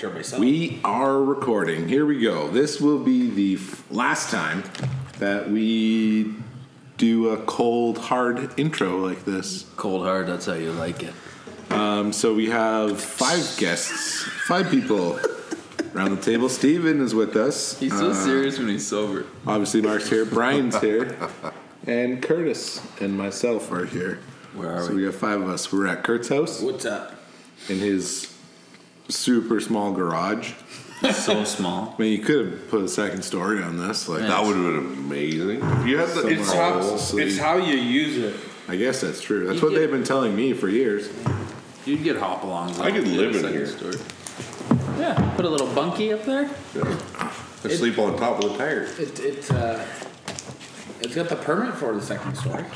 Sure, myself. We are recording. Here we go. This will be the f- last time that we do a cold, hard intro like this. Cold hard, that's how you like it. Um, so we have five guests, five people around the table. Steven is with us. Uh, He's so serious when he's sober. Obviously, Mark's here, Brian's here, and Curtis and myself are here. Where are so we? we got five of us. We're at Kurt's house What's up? in his super small garage. so small. I mean, you could have put a second story on this. Like, Yeah. That would have been amazing. You have It's, how, it's how you use it. I guess that's true. That's You what get- they've been telling me for years. You'd get hop alongs. I could live in here. Yeah, put a little bunkie up there. I sleep on top of the tire. It, it, uh, it's got the permit for the second story.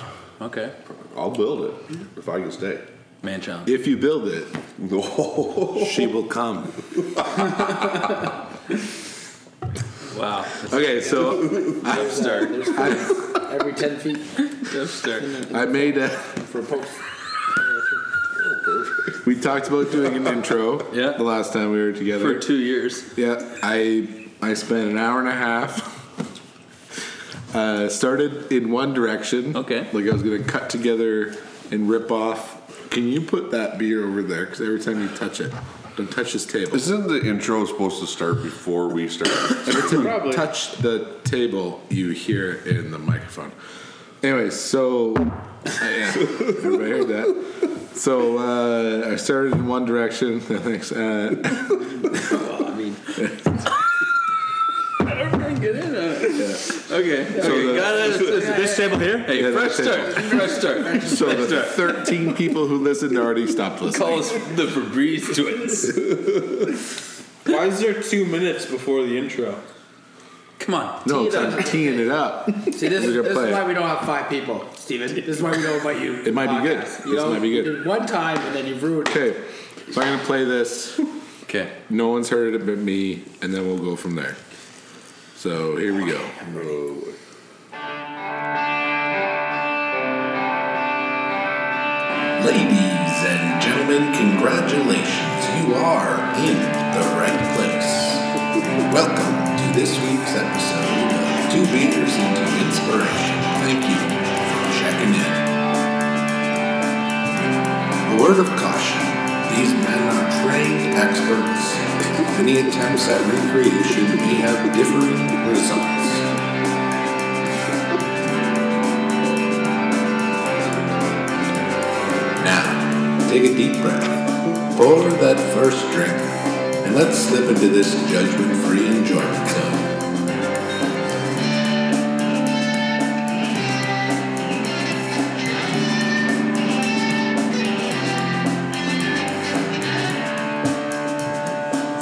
Okay. I'll build it if I can stay. Man child. If you build it, No. she will come. Wow. Okay, so Upstart. There's four every 10 feet Upstart. I made a. for a post. We talked about doing an intro. Yeah. The last time we were together. For two years. yeah. I I spent an hour and a half. Uh, started in one direction. Okay. Like I was gonna cut together and rip off. Can you put that beer over there? Because every time you touch it, don't touch this table. Isn't the intro supposed to start before we start? Every time Probably. you touch the table, you hear it in the microphone. Anyway, so uh, yeah, everybody heard that. So uh, I started in one direction. Thanks. Uh, Well, I mean, I don't think it in. Okay. okay. the- got it. This, this table here. Hey, Yeah, fresh this start. Fresh start. so the 13 people who listened already stopped Call listening. us the Febreze twins. why is there two minutes before the intro? Come on. No, it's I'm teeing it up. See, this, We're this gonna is play it. why we don't have five people, Steven. This is why we don't invite you. to It might be good. podcasts. This might be you good. did one time and then you've ruined it. Okay, so I'm gonna play this. Okay. No one's heard it but me, and then we'll go from there. So here we go. Ladies and gentlemen, congratulations. You are in the right place. Welcome to this week's episode of Two Beers into Inspiration. Thank you for checking in. A word of caution. These men are trained experts. Any attempts at recreation may have differing results. Now, take a deep breath, pour that first drink, and let's slip into this judgment free enjoyment zone.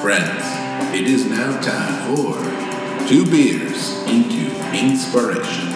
Friends, it is now time for two beers into inspiration.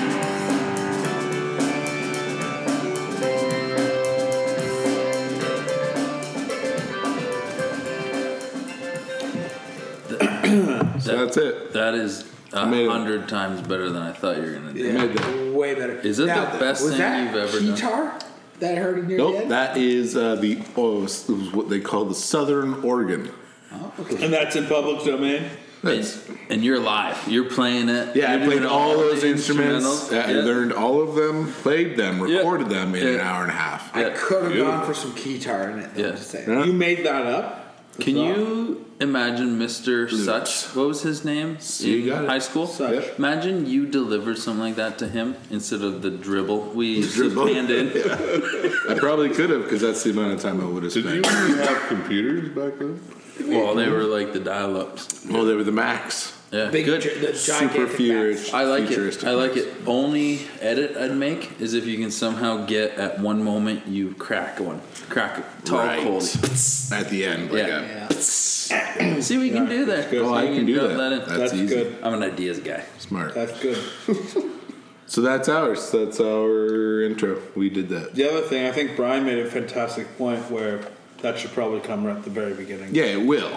So that's it. That is a I made it. hundred times better than I thought you were gonna do. Yeah, way better. Is it the best was thing that you've ever done? guitar that I heard in your Nope, head? that is uh, the oh, s- what they call the Southern organ. Oh, And that's in public domain. And, and you're live. You're playing it. Yeah, You're I played doing all the those instruments. instrumentals. Yeah, I Yeah. learned all of them, played them, Yeah. recorded them in an Yeah. hour and a half. I could have gone for some guitar in it. though, Yeah. just saying. Yeah. You made that up. Can you imagine Mr. Such? What was his name You in got it. high school? Such. Yep. Imagine you delivered something like that to him instead of the dribble we used Dribble. to hand in. I probably could have because that's the amount of time I would have Did you spent. even have computers back then? well, they were like the dial-ups. Well, they were the Macs. Yeah, Big, good. gi- the Super gigantic futuristic. I like it. futuristic I like Macs. it. Only edit I'd make is if you can somehow get at one moment you crack one, crack a tall Right. cold. At the end, like Yeah. a- back. See what you can do there. oh, I You can do drop that. in. That's, That's easy. good. I'm an ideas guy. uh, Smart. That's good. So that's ours. That's our intro. We did that. The other thing, I think Brian made a fantastic point where that should probably come right at the very beginning. Yeah, it will.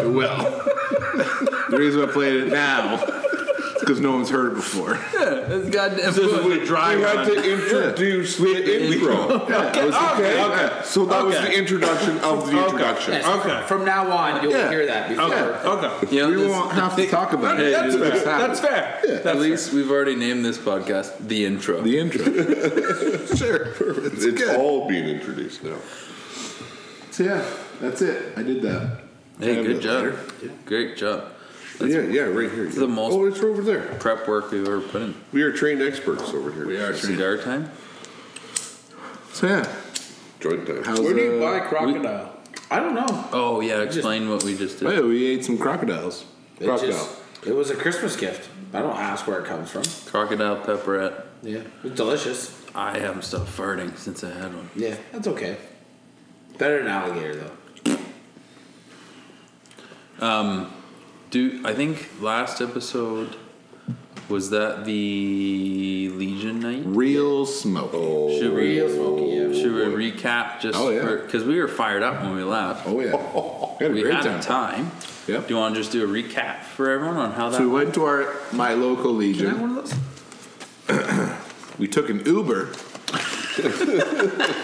it will. the reason I played it now is because no one's heard it before. It's goddamn. we had to introduce the intro. Yeah, it was- Okay, okay. So that was Okay. the introduction of the introduction. Yes, Okay. From now on, you'll Yeah. hear that before. Okay. You know, we this- won't have to talk about it. That's It fair. just happened. That's fair. At least we've already named this podcast the intro. the intro. sure, It's, it's, good. all being introduced now. So, yeah, that's it. I did that. hey, good that's job. Great job. yeah, yeah, right here. the most- oh, it's over there. Prep work we've ever put in. We are trained experts over here. We are cigar time. So yeah, Joint time. how's Where do uh, you buy crocodile? I don't know. Oh yeah, explain what we just did. Hey, oh, we ate some crocodiles. It, crocodile. just, it was a Christmas gift. I don't ask where it comes from. Crocodile pepperette. Yeah. It's delicious. I haven't stopped farting since I had one. Yeah, that's okay. Better than alligator though. Do I think last episode was that the Legion night? Real smoke. Oh, Should we, Real smoky, yeah. should we recap just Oh, yeah. because we were fired up when we left. Oh, yeah. had a we great had time. a time. Yep. Do you want to just do a recap for everyone on how that? So we went to our my local Can I have legion. one of those? We took an Uber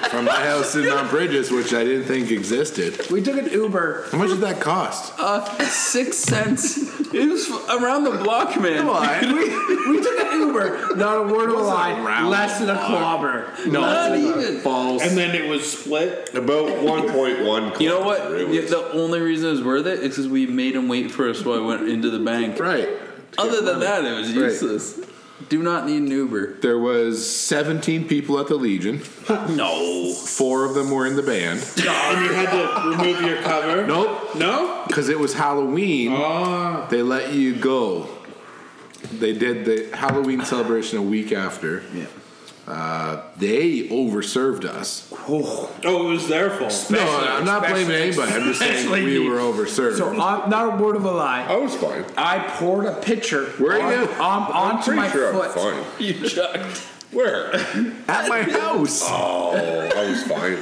from my house in Mount Bridges, which I didn't think existed. We took an Uber. How much did that cost? Uh, six cents. it was around the block, man. Come on. We took an Uber. Not a word of a lie. around Less than a clobber. Not even. False. And then it was split. About 1.1. You know what? kilometer. It Yeah, was- the only reason it was worth it is because we made him wait for us while I went into the bank. right. Other than that, it was Right. useless. Do not need an Uber. There was 17 people at the Legion. No. Four of them were in the band. and you had to remove your cover. Nope. No? Because it was Halloween. Oh. They let you go. They did the Halloween celebration a week after. Yeah. Uh, they overserved us. Oh, it was their fault. No, I'm not blaming anybody. I'm just saying especially we me. were overserved. So I'm not a word of a lie. I was fine. I poured a pitcher Where on, you- on, onto Pretty my sure foot. I'm fine. You chucked. at my uh, house Oh, I was fine.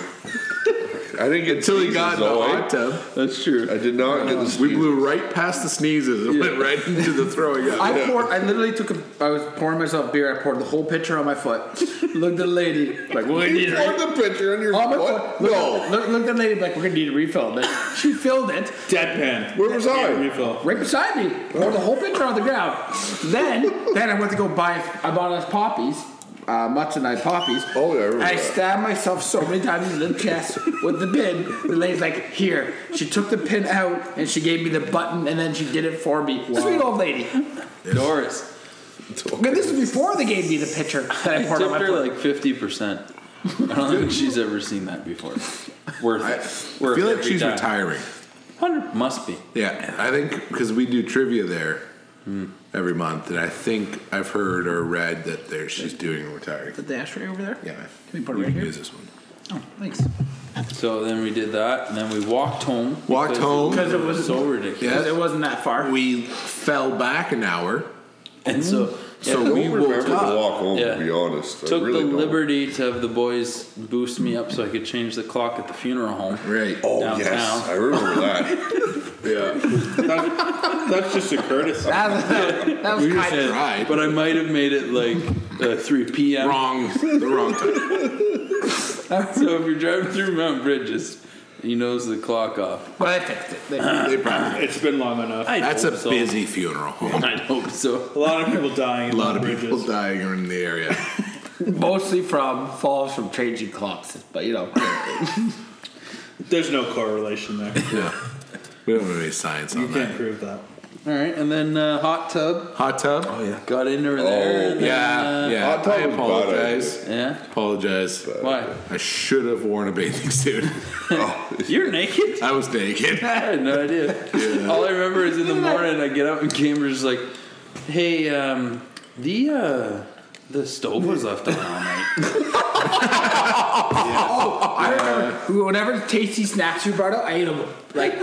I didn't get until he got in the sneezes, hot tub. That's true. I did not get the We sneezes. blew right past the sneezes and went right into the throwing up. I poured. I literally took. A, I was pouring myself beer. I poured the whole pitcher on my foot. Looked at the lady like, "We're gonna need You a poured refill." the pitcher on your On my foot? foot. Look, No. Look, looked at the lady like, "We're gonna need a refill." Like, she filled it Deadpan. Where was Yeah, I? refill. right beside me. Poured the whole pitcher on the ground. Then, then I went to go buy. I bought us poppies. Uh, Mutz and I poppies. Oh, yeah, I remember I that. stabbed myself so many times in the chest with the pin. The lady's like, here. She took the pin out and she gave me the button and then she did it for me. Sweet old lady. Doris. But this was before they gave me the pitcher that I I poured on tipped my her foot. like 50%. I don't think she's ever seen that before. Worth I, I it. Worth it feel like every she's time. retiring. 100 must be. Yeah, I think because we do trivia there every month, and I think I've heard or read that there she's doing retiring. Put the ashtray over there? Yeah, man. Can we put it We right can here? use this one. Oh, thanks. So then we did that, and then we walked home. Walked because home. Because it It was was so ridiculous. Yes. it wasn't that far. We fell back an hour, And so, so I we don't woke remember the up. walk home, Yeah. to be honest. took I really the don't. liberty to have the boys boost me up so I could change the clock at the funeral home. Right. Oh, yes. downtown. I remember that. Yeah. That's just a courtesy. That was, that was We just kind of. tried. But I might have made it like uh, 3 p.m. wrong, the wrong time. So if you're driving through Mount Bridges, he knows the clock off. But I fixed it. They- They probably. It's been long enough. I That's hope a so. busy funeral home. I hope so. A lot of people dying. A lot of bridges. people dying are in the area. Mostly from falls from changing clocks, but you know. There's no correlation there. Yeah. We don't have any science You on can't that. prove that. All right, and then uh, hot tub. Hot tub? yeah. Got into her Oh, there. and then, Yeah, uh, yeah. Hot tub I is bad apologize. yeah. Apologize. Why? I should have worn a bathing suit. Oh. You're naked? I was naked. I had no idea. All I remember is in the morning I get up and Cambridge's like, "Hey, um, the uh, the stove was left on all night." I remember whenever tasty snacks you brought up, I ate them. Like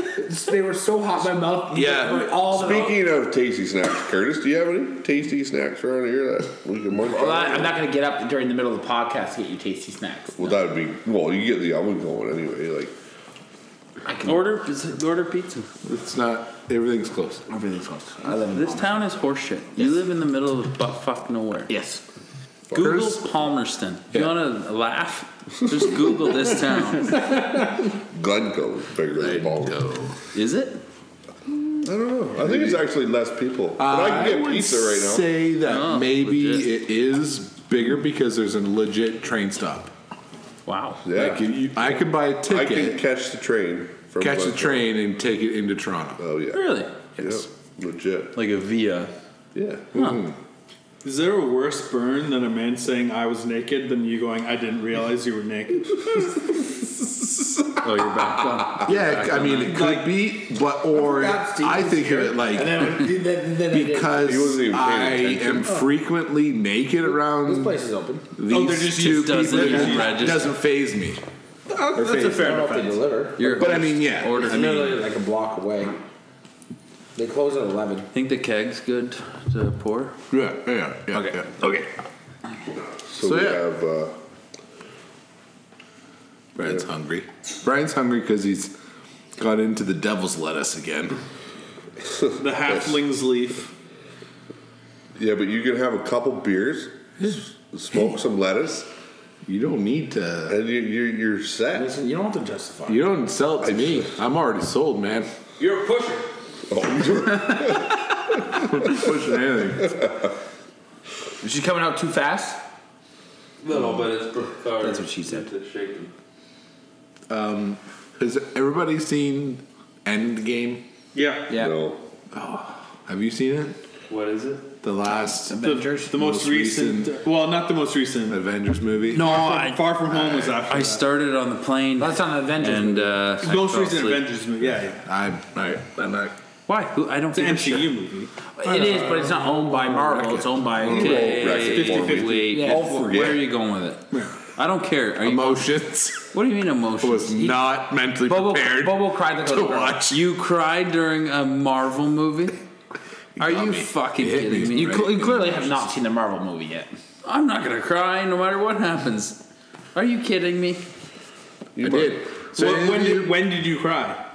they were so hot in my mouth. Yeah. They were all Speaking of tasty snacks, Curtis, do you have any tasty snacks around here that we can munch Well, I, on? I'm not gonna get up during the middle of the podcast to get you tasty snacks. Well, that'd be well. You get the oven going anyway. Like Order order pizza. It's not. Everything's closed. Everything's closed. I live in This town is horseshit. You live in the middle of butt fuck nowhere. Yes. Google First- Palmerston. Yeah. You want to laugh? Just Google this town. Glencoe is bigger than Baldwin. Is it? I don't know. I think it's actually less people. But I can get would pizza right now. Say that Oh, maybe legit. it is bigger because there's a legit train stop. Wow. Yeah. Like you, you- I could buy a I can ticket, catch the train from catch the Glencoe. train, and take it into Toronto. Oh yeah. Really? Yes. Yeah. Legit. Like a via. Yeah. Is there a worse burn than a man saying I was naked than you going I didn't realize you were naked? Oh, you're back on. Yeah, I mean it could Like- be, but or forgot Steve I was think of it like And then, then, then I did. He because wasn't even paying I attention. am frequently naked This around place is open. these Oh, they're just- two just doesn't people. even register. doesn't phase me. That's a fair I don't know enough. if they deliver. You're a But I host. mean, yeah. Order. It's I, literally like a block away. They close at 11. think the keg's good to pour. Yeah, yeah, yeah. Okay. Okay. So, So, we yeah. have uh, Brian's hungry. Brian's hungry because he's got into the devil's lettuce again. The halfling's leaf. yeah, but you can have a couple beers, s- smoke some lettuce, You don't need to. and you, you you're set. Listen, you don't have to justify. You don't sell it to me. I'm already sold, man. Oh. You're a pusher. Pushing anything. Is she coming out too fast? Little, but it's That's what she said. Has everybody seen Endgame? Yeah. Yeah. No. Have you seen it? What is it? The last The, the most, Most Uh, recent, uh, Well, not the most recent. Avengers movie? No, Far, I, Far from Home was after. I that. started on the plane. Oh, That's not an Avengers. and uh, I most fell recent asleep. Avengers movie. Yeah, yeah. I'm, I, I'm not. Why? Who? I don't It's an give a shit. MCU movie. It is, but it's not owned by Marvel. It's owned by. Okay, Well, that's it for wait, me. wait. Yeah. Where are you going with it? I don't care. Are you, Emotions. what do you mean emotions? Was not mentally Bobo, prepared Bobo cried like a to little girl. watch. You cried during a Marvel movie? Are you fucking It hit kidding me me? You, cl- you clearly have not seen the Marvel movie yet. I'm not gonna cry no matter what happens. Are you kidding me? I did. So when, when you- did, when did you cry?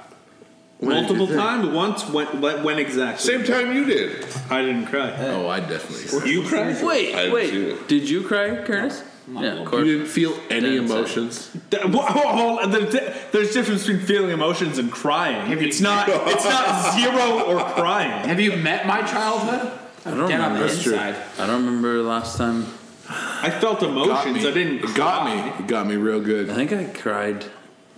did you Multiple think? times. Once. When, when when exactly? Same time you did. I didn't cry. oh, I definitely. You cried. Wait, I wait. do. Did you cry, Curtis? yeah, of You course. didn't feel any Didn't say. emotions. That- wha- wha- wha- the- the- There's difference between feeling emotions and crying. It's not. It's not zero or crying. Have you met my childhood? I don't Dead on the remember. That's true. inside. I don't remember last time. I felt Got emotions. me. I didn't. It got me. It got me real I good. think I cried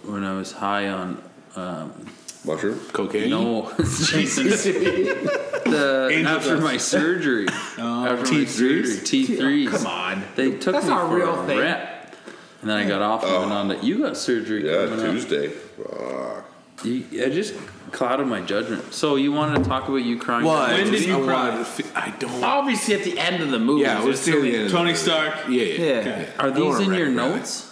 when I was high on. Um, Mushroom. Cocaine. no, Jesus. the, Angel after dust. my surgery, Oh, after my T3s? surgery, T threes. come on, they took That's me not a for real a thing. rep, and then I got off and went on to. You got surgery. Yeah, coming up. Tuesday. Fuck. You, I just clouded my judgment. So you wanted to talk about you crying? Well, I When did just- you I cry? Oh. wanted to fe- I don't. Obviously, at the end of the movie. Yeah, it was still the end. Tony Stark. Yeah, yeah. Yeah. Are don't these in wanna your wreck it, notes?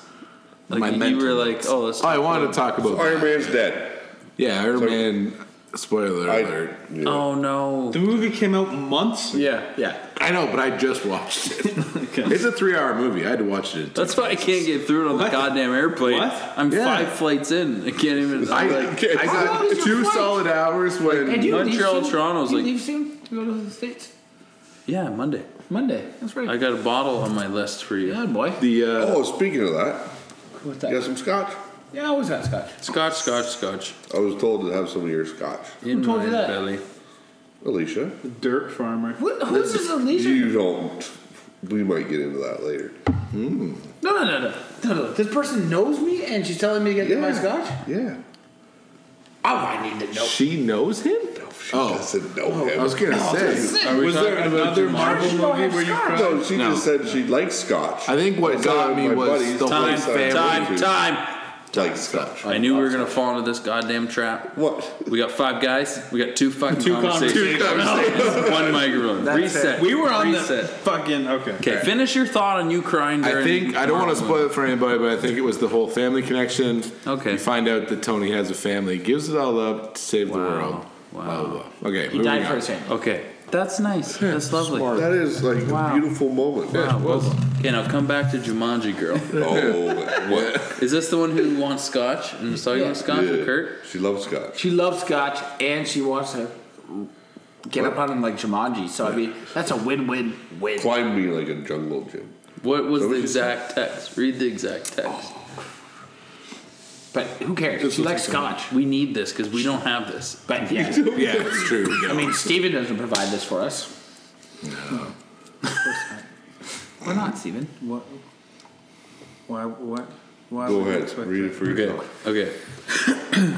Like My you mental were like, oh, let's Oh, I wanted to talk about. Iron Man's dead. Yeah, Iron Man. Spoiler I, alert. yeah. oh no. The movie came out months. Yeah, yeah. I know, but I just watched it. Okay. it's a three-hour movie. I had to watch it. In two. That's why I can't get through it on the What? goddamn airplane. What? I'm Yeah. five flights in. I can't even. I, I'm like, I long got is your two flight? solid hours And when. you Montreal, leave soon? Toronto's you like- leave soon to go to the states yeah, Monday. Monday. That's right. I got a bottle on my list for you. yeah, boy. The uh, Oh, speaking of that, What's you got that? some scotch? Yeah, I always got scotch. Scotch, scotch, scotch. I was told to have some of your scotch. In told my you that? belly. Alicia, Dirt farmer. What, who's this Alicia? you don't. We might get into that later. No, no, no, no, no, no. This person knows me, and she's telling me to get them my Yeah. scotch. Yeah. Oh, I need to know. she knows him. She Oh. doesn't I know him. was gonna say. Listen, Are we Was there talking about another Jumanji? Marvel Marvel movie where you cried? no, she just said she likes scotch. I think what saw got my me was buddies the whole talking about family. Time, Jumanji. time. likes scotch. I knew we were gonna fall into this goddamn trap. What? We got five guys. We got two fucking Two conversations. One microphone. That's it. Reset. We were on Reset. the fucking okay. Okay, finish your thought on you crying I during. think I don't want to spoil it for anybody, but I think it was the whole family connection. Okay. You find out that Tony has a family, gives it all up to save the world. Wow. Blah, blah, blah. Okay. he moving died on. for his family. Okay, That's nice. That's lovely. That is like Wow. a beautiful moment. Wow, well, okay, now come back to Jumanji Girl. Oh, what? Is this the one who wants scotch and is talking about scotch with Kurt? She loves scotch. She loves scotch and she wants to get up on him like Jumanji. So I mean, that's a win-win win. Climb me like a jungle gym. What was the Somebody exact text? Read the exact text. But who cares? This She looks likes like a- scotch. We need this because we don't have this. But yeah, Yeah, it's true. We I got- mean, Steven doesn't provide this for us. No. Why not, Steven? What? Why? What? Why Go would you ahead, expect read it that? for yourself. Okay.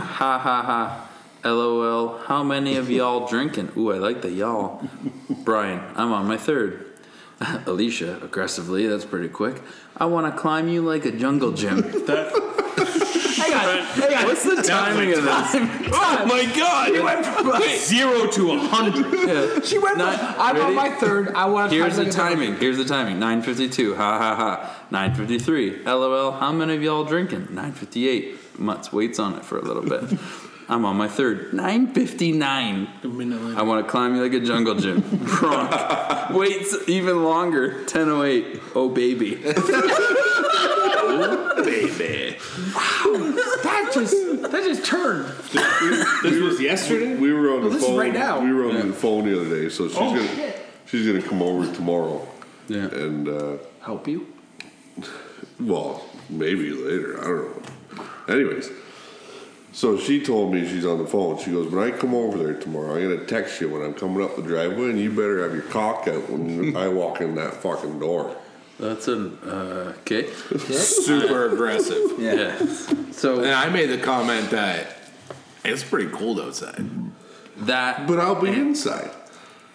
ha ha ha. LOL. How many of y'all drinking? Ooh, I like the y'all. Brian, I'm on my third. Alicia, aggressively, that's pretty quick. I want to climb you like a jungle gym. Hang on, hang on. What's the timing of this? Oh my god! She went from, Zero to a hundred. Yeah. she went from Not- I'm on really? my third. I want to. Here's the timing. Here's the timing. 9:52. Ha ha ha. 9:53. LOL. How many of y'all drinking? 9:58. Mutz waits on it for a little bit. I'm on my third. 9:59. I want to climb you like a jungle gym. Bronk waits even longer. 10:08. Oh baby. That just that just turned. This was yesterday. We were on the this is phone. right now. Oh, We were on the phone the other day, so she's gonna she's gonna come over tomorrow. Yeah. And uh, Help you? well, maybe later. I don't know. Anyways, so she told me she's on the phone. She goes, "When I come over there tomorrow, I'm gonna text you when I'm coming up the driveway, and you better have your cock out when I walk in that fucking door." That's an uh, okay. super aggressive. Yeah. So And I made the comment that it's pretty cold outside, that But I'll be inside.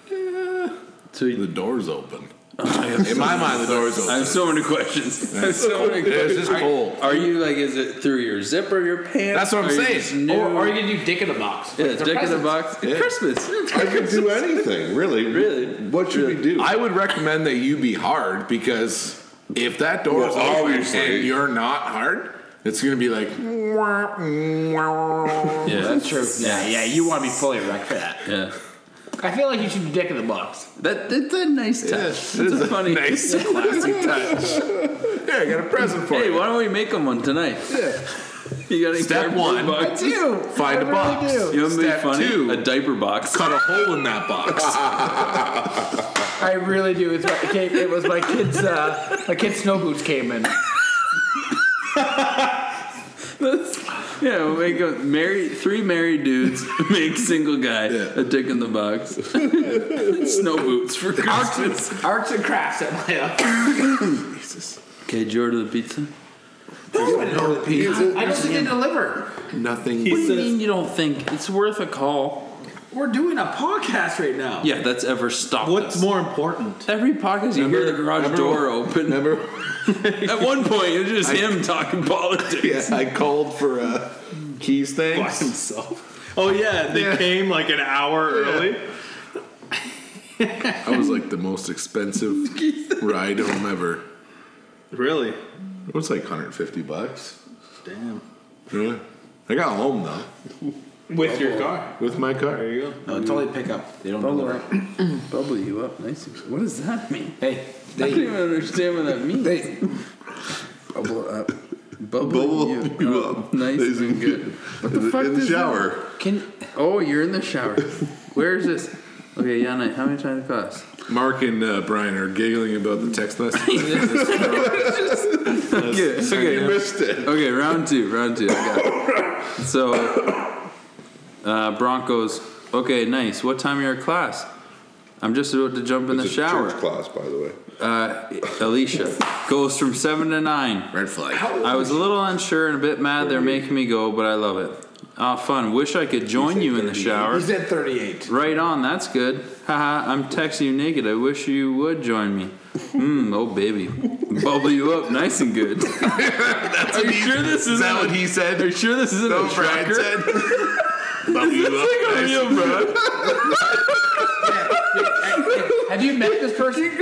the to door's open. Oh, In my mind, the door's I open. have so many questions. I have so many It's questions. just cold. Are you like, is it through your zipper, of your pants? That's what I'm Are you saying. just new? Or, or you can do dick in a box. Yeah, Like, they're dick in presents. the box. Yeah. Christmas. I could do anything, really. Really? What should we do? I would recommend that you be hard because if that door is Well, open obviously. and you're not hard, it's gonna be like. "Wah, wah." Yeah, that's true. Yeah, yeah. You want to be fully erect for that. Yeah. I feel like you should do dick in the box. That, that's a nice touch. That's a funny nice classic touch. Yeah, I got a present for Hey, you. why don't we make them one tonight? Yeah. you got any Step cardboard one. box? do. Find a box. You want to be Step funny? two. A diaper box. Cut a hole in that box. I really do. It's my, okay, it was my kids. Uh, my kids' snow boots came in. That's- yeah, we'll make a married three married dudes make single guy a dick in the box. Snow boots for Christmas. Arts and crafts at my. Uh, Okay, did you order the pizza? I don't think they deliver. Nothing. What do you mean you don't think it's worth a call? We're doing a podcast right now. Yeah, that's ever stopped. What's us. more important? Every podcast you hear the garage door open. Remember? At one point, it was just him talking politics. Yeah, I called for a keys thing. By himself. Oh yeah, they came like an hour early. I was like the most expensive ride home ever. Really? It was like 150 bucks. Damn. Yeah. I got home though With your car. with my car. you go. No, it's only pickup. They don't know. that. Bubble you up nice. What does that mean? Hey, I don't even understand what that means. They bubble up. Bubble, Bubble you, you up. up. Nice Nice and good. What the in, fuck in the does that- shower. Can oh, you're in the shower. Where is this? Okay, Yana, how many times it cost? Mark and uh, Brian are giggling about the text message. Okay, okay, Missed it. Okay, round two, round two. I got it. So, uh, Broncos. Okay, nice. What time are your class? I'm just about to jump in the It's a shower. Church class, by the way. Uh, Alicia goes from seven to nine. Red flag. I was a little unsure and a bit mad they're making me go, but I love it. Ah, fun. Wish I could join you in the shower. He's at 38. Right on. That's good. Haha. I'm texting you naked. I wish you would join me. Hmm. Oh baby, bubble you up nice and good. Are you sure this Is isn't that a- what he said? Are you sure this isn't No, a Brian tracker? said. Bubble you up. Like a nice. real bro. Have you met this person?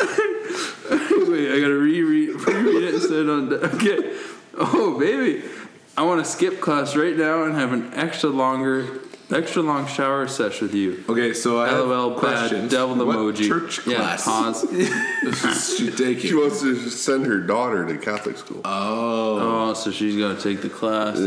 Wait, I gotta reread, reread it so I don't. die. Okay. Oh, baby. I want to skip class right now and have an extra longer Extra long shower sesh with you. Okay, so I have LOL bad questions. devil What emoji. church class Yeah, pause. is she taking? She wants to send her daughter to Catholic school. Oh, so she's gonna take the class. Ah,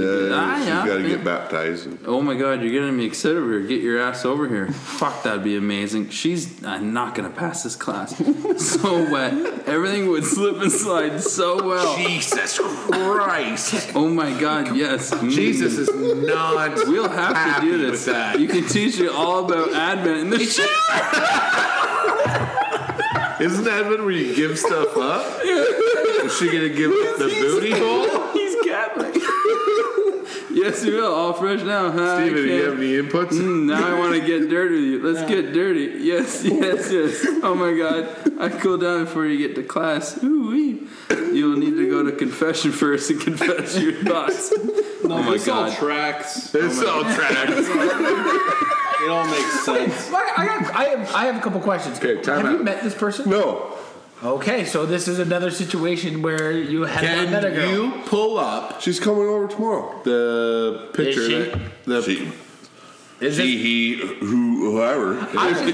she's yeah. got to get baptized. And, Oh my god, you're getting me excited over here. Get your ass over here. Fuck, that'd be amazing. She's uh, not gonna pass this class. so wet. Everything would slip and slide so well. Jesus Christ. Oh my god, yes. Mm. Jesus is not. We'll have to happy do with this. that. You can teach you all about Advent in the shower. Isn't Advent where you give stuff up? Is she gonna give up the booty hole? He's Catholic. yes, you will. All fresh now, huh? I Steven, do you can't- have any inputs? Mm, now I want to get dirty with you. Let's get dirty. Yes, yes, yes. Oh my God. I cool down before you get to class. Ooh wee. You'll need to go to confession first and confess your thoughts. oh my This all God. tracks. Oh It's all trash. It all makes sense. I, I, got, I, have, I have a couple questions. Okay, time have out. you met this person? No. Okay, so this is another situation where you have not met a Can girl. you pull up? she's coming over tomorrow. The picture. she- that, the She, she, he, who, whoever. I, don't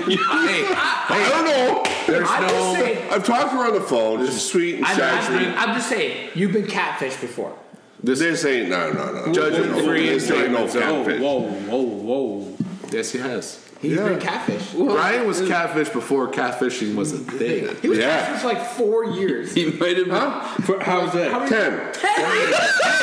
know. There's I'm just no. saying. I've talked to her on the phone. She's sweet and I'm, I'm, sexy. I'm just saying, you've been catfished before. This, ain't no, no, no. Judgment free This ain't no enjoyment zone. catfish. Whoa, whoa, whoa. Yes, he has. He's been catfished. Brian was catfish before catfishing was a thing. He was Yeah. catfished for like four years. He might have been. For, how's that? Ten.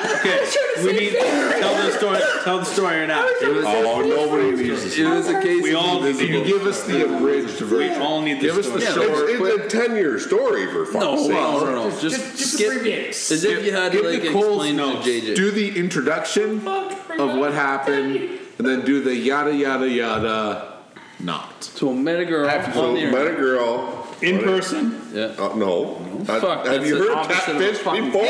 Okay, we need tell the story. Tell the story or not. Oh, nobody needs this. It was a case. We all need You to give us the abridged We version. all need the Give us the story. short. It's, it's a ten-year story for fuck's no, sake. well, no, no, Just, Just, just skip- abbreviate it. As if you had to Give like the Coles explain notes. to JJ. Do the introduction of what happened, and then do the yada yada yada. Not. so met a girl So on the met internet. a girl. In person. Yeah. Uh, no. Uh, Fuck, have that's you the heard opposite of catfish fucking- before?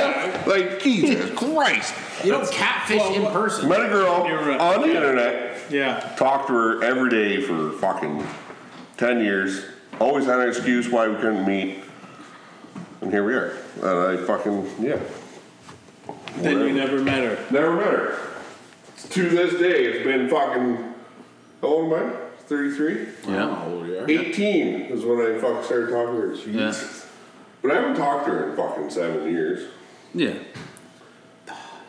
Like Jesus Christ! You don't catfish in person. Met a girl You're, uh, on the yeah. internet. Yeah. Talked to her every day for fucking ten years. Always had an excuse why we couldn't meet. And here we are. And I fucking yeah. Then you never met her. Never met her. To this day, it's been fucking. How old am I? Thirty-three. Yeah. Oh yeah. 18 is when I fuck started talking to her. She- Yeah. But I haven't talked to her in fucking seven years. Yeah.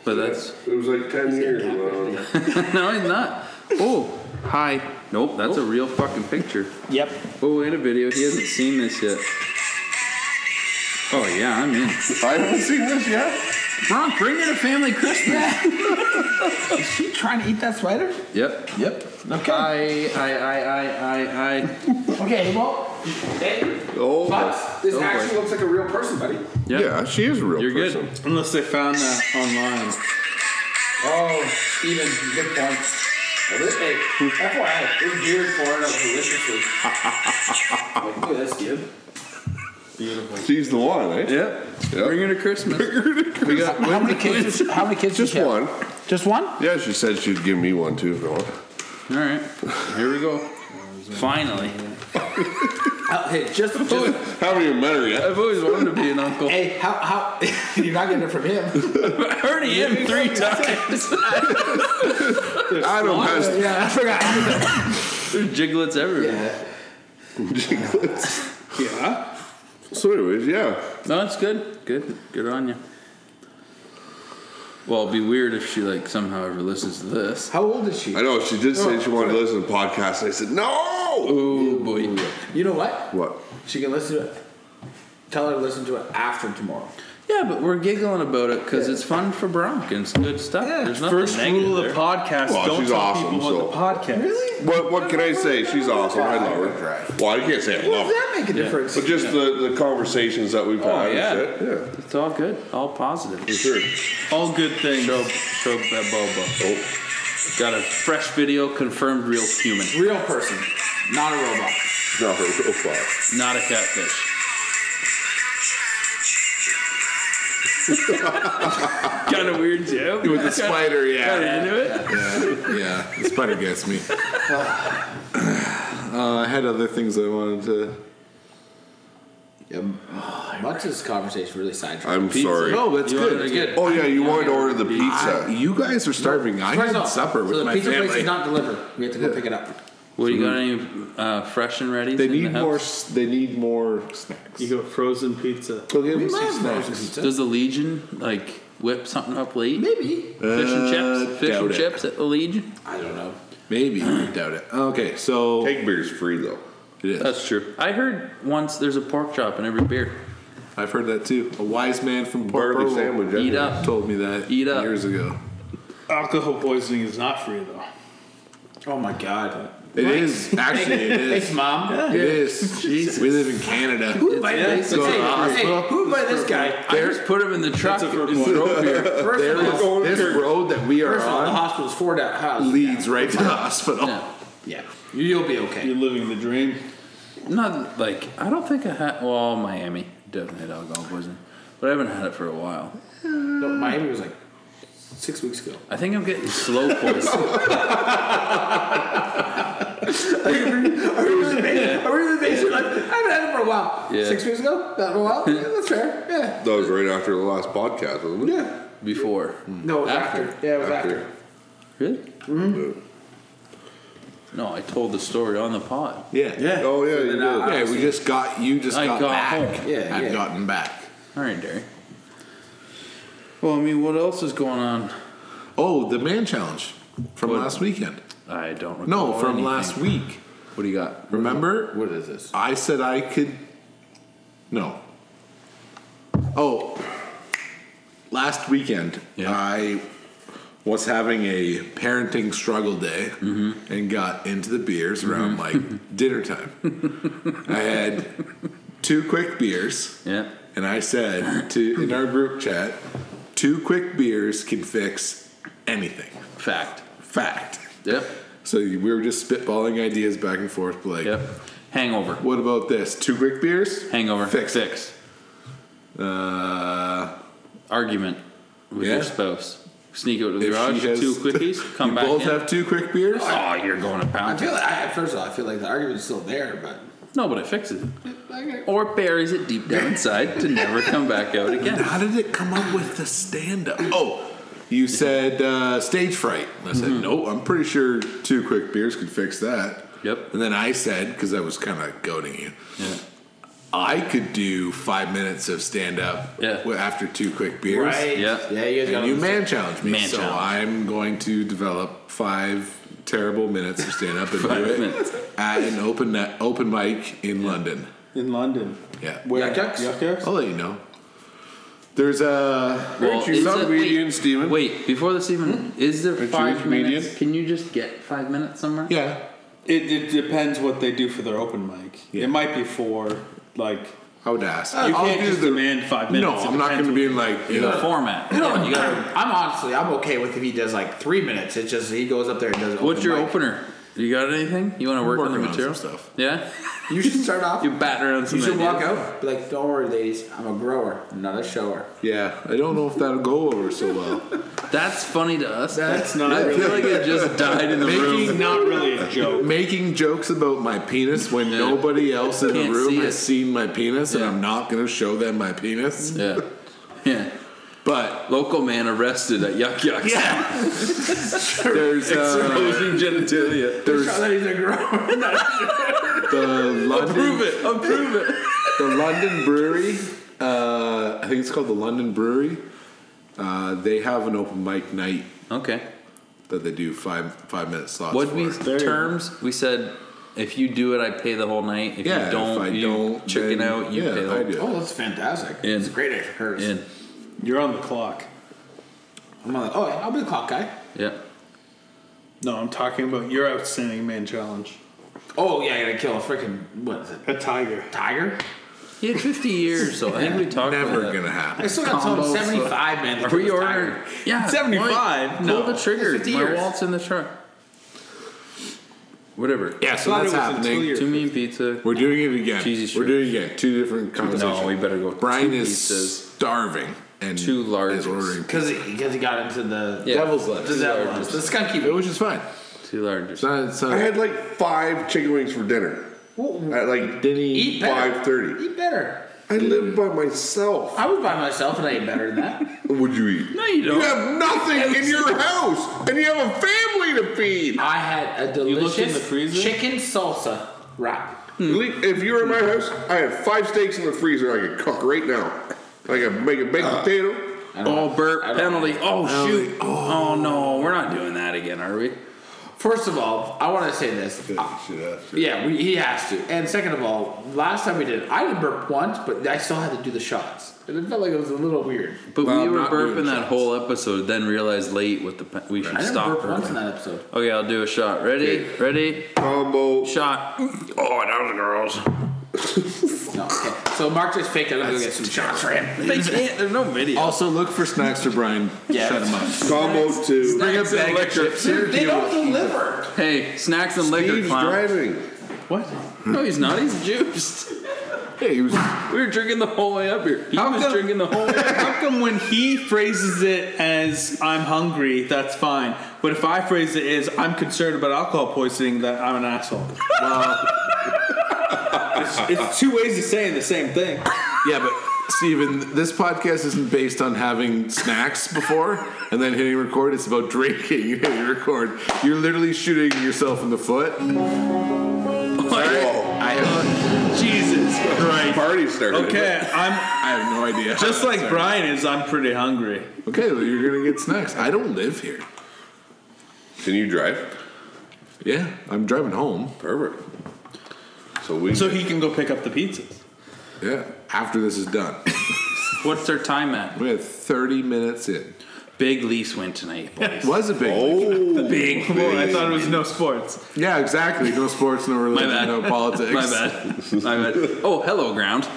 But that's It was like 10 years. When I was- no, he's not. Oh, hi. Nope, that's a real fucking picture. Yep. Oh, in a video. He hasn't seen this yet. Oh yeah, I'm in. I haven't seen this yet. Bronk, bring her to family Christmas. Is she trying to eat that sweater? Yep. Yep. Okay. I, I, I, I, I, I. okay, well, Oh, This Don't actually looks like a real person, buddy. Yep. yeah, she is a real You're good. person. Unless they found that online. Oh, Steven, good point. Hey, FYI, we're geared for it deliciously. like, look at this, dude. She's the one, eh? Yep. Yep. Bring her to Christmas. We got how many kids? Does, how many kids? does Just she have? one. Just one? Yeah, she said she'd give me one too if I want. All right. Here we go. Finally. Oh, Uh, hey, just, just Haven't even met her yet. I've always wanted to be an uncle. I Hey, how how? you're not getting it from him. already am three times. I don't pass Uh, yeah, I forgot. There's jiglets everywhere. chicklets. Yeah. So, anyways, yeah. No, it's good. Good. Good on you. Well, it'd be weird if she like somehow ever listens to this. How old is she? I know she did say she wanted to listen to podcasts. I said, no! Oh boy. You know what? What? She can listen to it. Tell her to listen to it after tomorrow. Yeah, but we're giggling about it because it's fun for Bronk and it's good stuff. There's nothing First negative rule of there. the podcast: Well, don't she's tell awesome, people about the podcast. Really? What, what can I say? She's awesome. I love her. Well, I can't say I love her. Does that make a difference? But just the, the conversations that we've had yeah. and shit. It's all good. All positive. Yeah, sure. All good things. Show, show that Bobo. Oh, Got a fresh video, confirmed real human, Real person, not a robot. not a robot. not a catfish. kind of weird joke. With the spider, yeah. Kinda into it. Yeah, the spider gets me. uh, I had other things I wanted to Yeah, Mutt's this conversation really sidetracked. I'm sorry. No, that's You ordered good. it good. Oh yeah, you wanted to order the I- pizza. you guys are starving. I First had off, supper with so the my pizza place family. is not delivered. We have to go pick it up. What do you got? Any uh, fresh and ready? they need more. s- They need more snacks. You got frozen pizza. Go give them some frozen snacks. pizza. Does the Legion like whip something up late? Maybe. Fish and Uh, chips. Fish doubt and it. chips at the Legion. I don't know. Maybe doubt it. Okay, so Keg beer's free though. it is. That's true. I heard once there's a pork chop in every beer. I've heard that too. A wise man from Port Barley Burwell sandwich. Eat anyway. up. told me that Eat up. years ago. Alcohol poisoning is not free though. Oh my god. It is actually it Thanks, is. mom. It is. We live in Canada. Hey, Go to the hey, hospital. who invited this guy? I just put him in the truck. and drove here. First There of is- all, this road that we are first of all, the on hospital's four down house. leads right to the hospital. Yeah. Yeah, you'll be okay. You're living the dream. Not like I don't think I had. Well, Miami definitely had alcohol poisoning, but I haven't had it for a while. No, Miami was like six weeks ago. I think I'm getting slow poison. I really made sure, like, I haven't had it for a while. Yeah. Six weeks ago? Not a while? Yeah, that's fair. Yeah. That was right after the last podcast, wasn't it? Yeah. before. No, it was after. Yeah, it was after. After. Really? Mm-hmm. No, I told the story on the pod. Yeah. Yeah. Oh yeah, you did. Yeah, we just got you just I got, got back. home. Yeah, I've yeah. gotten back. All right, Derry. Well, I mean, what else is going on? Oh, the man challenge from What? last weekend. I don't recall. No, from anything. last week. What do you got? Remember? What is this? I said I could. No. Oh, last weekend Yeah. I was having a parenting struggle day Mm-hmm. and got into the beers around like dinner time. I had two quick beers, Yeah. and I said to in our group chat, two quick beers can fix anything. Fact. Fact. Yep. So we were just spitballing ideas back and forth, like. Yep. Hangover. What about this? Two quick beers? Hangover. Fix it. Fix. Uh, Argument with Yeah. your spouse. Sneak out to the if garage. she has- two quickies. Come you back. both in. have two quick beers? oh, you're going to I pound. feel like, I, first of all, I feel like the argument's still there, but. No, but it fixes it. Or buries it deep down inside to never come back out again. How did it come up with the stand up? Oh, you said uh, stage fright. I said, Mm-hmm. no, I'm pretty sure two quick beers could fix that. Yep. And then I said, because I was kind of goading you, Yeah. I could do five minutes of stand up Yeah. after two quick beers. Yeah. Yeah, you guys got And you man challenge me, Man so challenge. I'm going to develop five terrible minutes of stand up and do Five it minutes. at an open net, open mic in London. In London. Yeah, Yuck yucks? I'll let you know. There's a Well, Aren't you is some it- comedian, wait, Steven? Wait, before this even is there you a five comedian? minutes? Can you just get five minutes somewhere? yeah. It, it depends what they do for their open mic. Yeah. It might be for like I would ask. you I'll can't do just the- demand five No, minutes. It I'm not going depends to be in like you The know, format. No, You gotta- I'm honestly, I'm okay with if he does like three minutes. It's just he goes up there and does. Open What's your mic. opener? You got anything? You want to work on working the on some material? stuff. Yeah, You should start off. you bat around some You should ideas. walk out. Be like, don't worry, ladies. I'm a grower, not a shower. Yeah, I don't know if that'll go over so well. That's funny to us. That's not I really feel like it just died in the room. It's not really a joke. Making jokes about my penis when nobody else in the Can't room see has it. seen my penis, Yeah. and I'm not going to show them my penis. Yeah, yeah. But Local man arrested at Yuck Yucks. yeah, there's uh, Exposing genitalia. there's Ladies are growers. the London Prove it. Approve it. the London Brewery. Uh, I think it's called the London Brewery. Uh, they have an open mic night Okay. that they do five five minute slots. What for. we terms? We said if you do it, I pay the whole night. If Yeah, you don't, if I you don't chicken then- out. You yeah, pay the I whole do. Oh, that's fantastic. In. It's a great idea for Curtis. in. You're on the clock. I'm on the, oh, yeah, I'll be the clock guy. Yeah. No, I'm talking about your outstanding man challenge. Oh, yeah, I gotta kill a freaking, what is it, A tiger. tiger? He had 50 years, so I think we talked Never about that. gonna happen. I still gotta tell Combo him 75, man. to Are kill we this ordering? tiger. Yeah, 75? why- Pull No. the trigger. 50 My years. wallet's in the truck. Whatever. Yeah, so Thought that's it was until happening. you're- Two mean pizza. We're doing it again. Cheesy We're doing it again. Two different conversations. No, we better go. Brian two is pizzas. starving and Two larges. is ordering. Because he, 'cause he got into the Yeah. Devil's lettuce. the, devil ones, the skunky Which is fine. Two large. It's not. It's not I had like five chicken wings for dinner ones. at like Did he- Eat better. five thirty. Eat better. I live by myself. I was by myself and I ate better than that. What would you eat? No, you don't. You have nothing in your house, and you have a family to feed. I had a looked in the delicious freezer? chicken salsa wrap. Le- If you were in my house, I had five steaks in the freezer I could cook right now. I could make a baked potato. Oh, burp penalty. Oh shoot. Oh no, we're not doing that again, are we? First of all, I want to say this. Yeah, we, he has to. And second of all, last time we did, it, I didn't burp once, but I still had to do the shots, and it felt like it was a little weird. But Well, we I'm were not doing burping that shots. whole episode, then realized late with the pe- we should I didn't stop burp once in burping. that episode. Okay, I'll do a shot. Ready? Ready? Combo. Shot. Oh, that was girls. No, okay. So Mark just faked it. I'm gonna go get some shots for him. They can't. There's no video. Also, look for snacks to Brian. Shut him up. Combo two. Bring a bag of chips. They don't deliver. Hey, snacks and liquor, Steve's clown. driving. No, he's not. He's juiced. Hey, he was. We were drinking the whole way up here. He How was come- drinking the whole way. up. How come when he phrases it as "I'm hungry," that's fine, but if I phrase it as "I'm concerned about alcohol poisoning," that I'm an asshole. it's, it's two ways of saying the same thing. Yeah, but Steven, this podcast isn't based on having snacks before and then hitting record. It's about drinking. You hit record. You're literally shooting yourself in the foot. Whoa. I have, Oh Jesus Christ. Party started. Okay, I'm I have no idea. just like Brian is. I'm pretty hungry. Okay, well, you're gonna get snacks. I don't live here. Can you drive? Yeah, I'm driving home. Perfect. So we. So he can go pick up the pizzas. Yeah, after this is done, What's their time at? we had 30 minutes in. Big Leafs win tonight. boys. Was a big. oh, Big. Boy, I thought it was no sports. Yeah, exactly. No sports, no My religion, bad. no politics. My bad. My bad. Oh, hello, ground.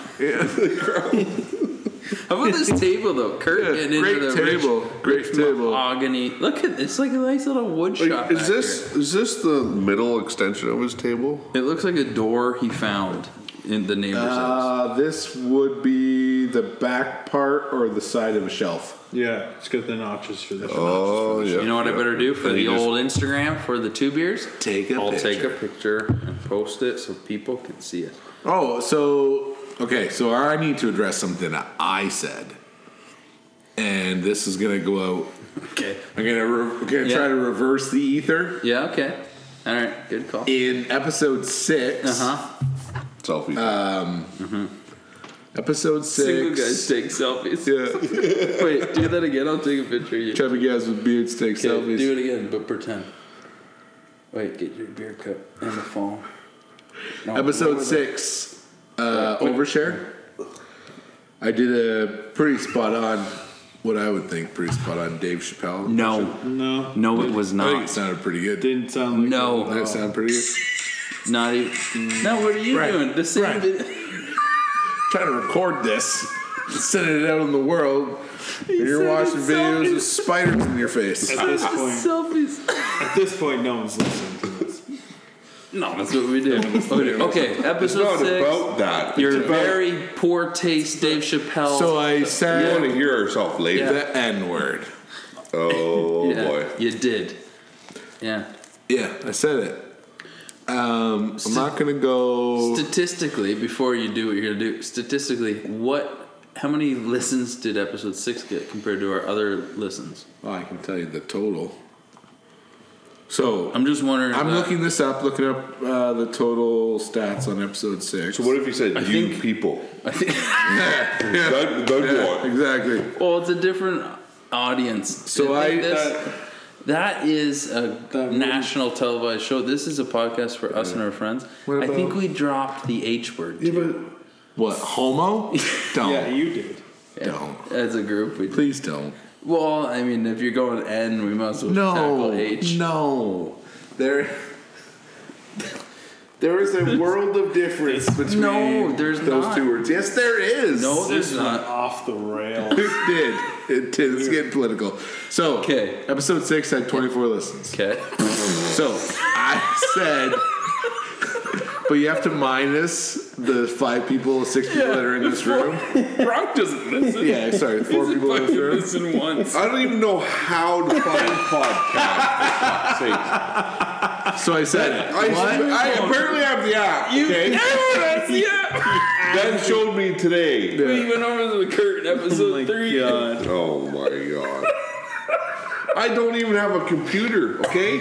How about this table though? Kurt Yeah, getting into the great rich table. great table. mahogany. Look at it's like a nice little wood shop. Is back this is this the middle extension of his table? here. It looks like a door he found in the neighbor's house. Uh, this would be the back part or the side of a shelf. Yeah, let's get the notches for this. Oh, yeah. You know what I better do for And he the just- old Instagram for the two beers? Take a I'll take a picture. picture and post it so people can see it. Oh, so okay, so I need to address something I said, and this is gonna go out. Okay. I'm gonna re- I'm gonna Yeah. try to reverse the ether. Yeah. Okay. All right. Good call. In episode six, Uh huh. Selfie. episode six, Single guys take selfies. yeah, Wait, do that again. I'll take a picture of you. chubby guys with beards take Okay, selfies. Do it again, but pretend. Wait, get your beer cup and the phone. No, Episode lower six, uh, overshare. I did a pretty spot on, what I would think, pretty spot on Dave Chappelle. that. No, No, no, it was I think it not. sounded pretty good. didn't sound like Didn't No, that sound pretty good? not e- even. No, what are you Right. doing? The same. Right. Video. Trying to record this, sending it out in the world, and you're watching videos with spiders in your face. At this point, Selfies. at this point, no one's listening to this. No, that's what we do. Okay, okay, episode it's not six. about that. your it's about, very poor taste, Dave Chappelle. So I We want said to hear ourselves later. the N word. Oh yeah, boy. you did. Yeah. Yeah, I said it. Um, I'm not gonna Oh. go. Statistically, before you do what you're gonna do, statistically, what? How many listens did episode six get compared to our other listens? Well, I can tell you the total. So I'm just wondering. I'm about- looking this up, looking up uh, the total stats on episode six. So what if you said I you think- people? I think. That, that Yeah, exactly. Well, it's a different audience. So think I- uh, that is a national televised show. This is a podcast for us and our friends. What I think about- we dropped the H word. too. What homo? Don't Yeah, you did. don't. As a group, we Please don't. well, I mean, if you're going N, we must well No. tackle H. No. There. There is a world of difference between No, there's those not. two words. Yes, there is. No, there's not. Off the rail. it did. It did. It's getting political. So, Okay. episode six had 24 listens. Okay. So I said, but you have to minus the five people, six people that are in this room. Brock doesn't listen. Yeah, sorry, four people Oh in this room. listen once. I don't even know how to find podcasts. for fuck's sake. So I said, I, what? I apparently have the app. You, okay? yeah. Ben showed me today. We went over the curtain Oh episode my three. god. Oh my god. I don't even have a computer, okay?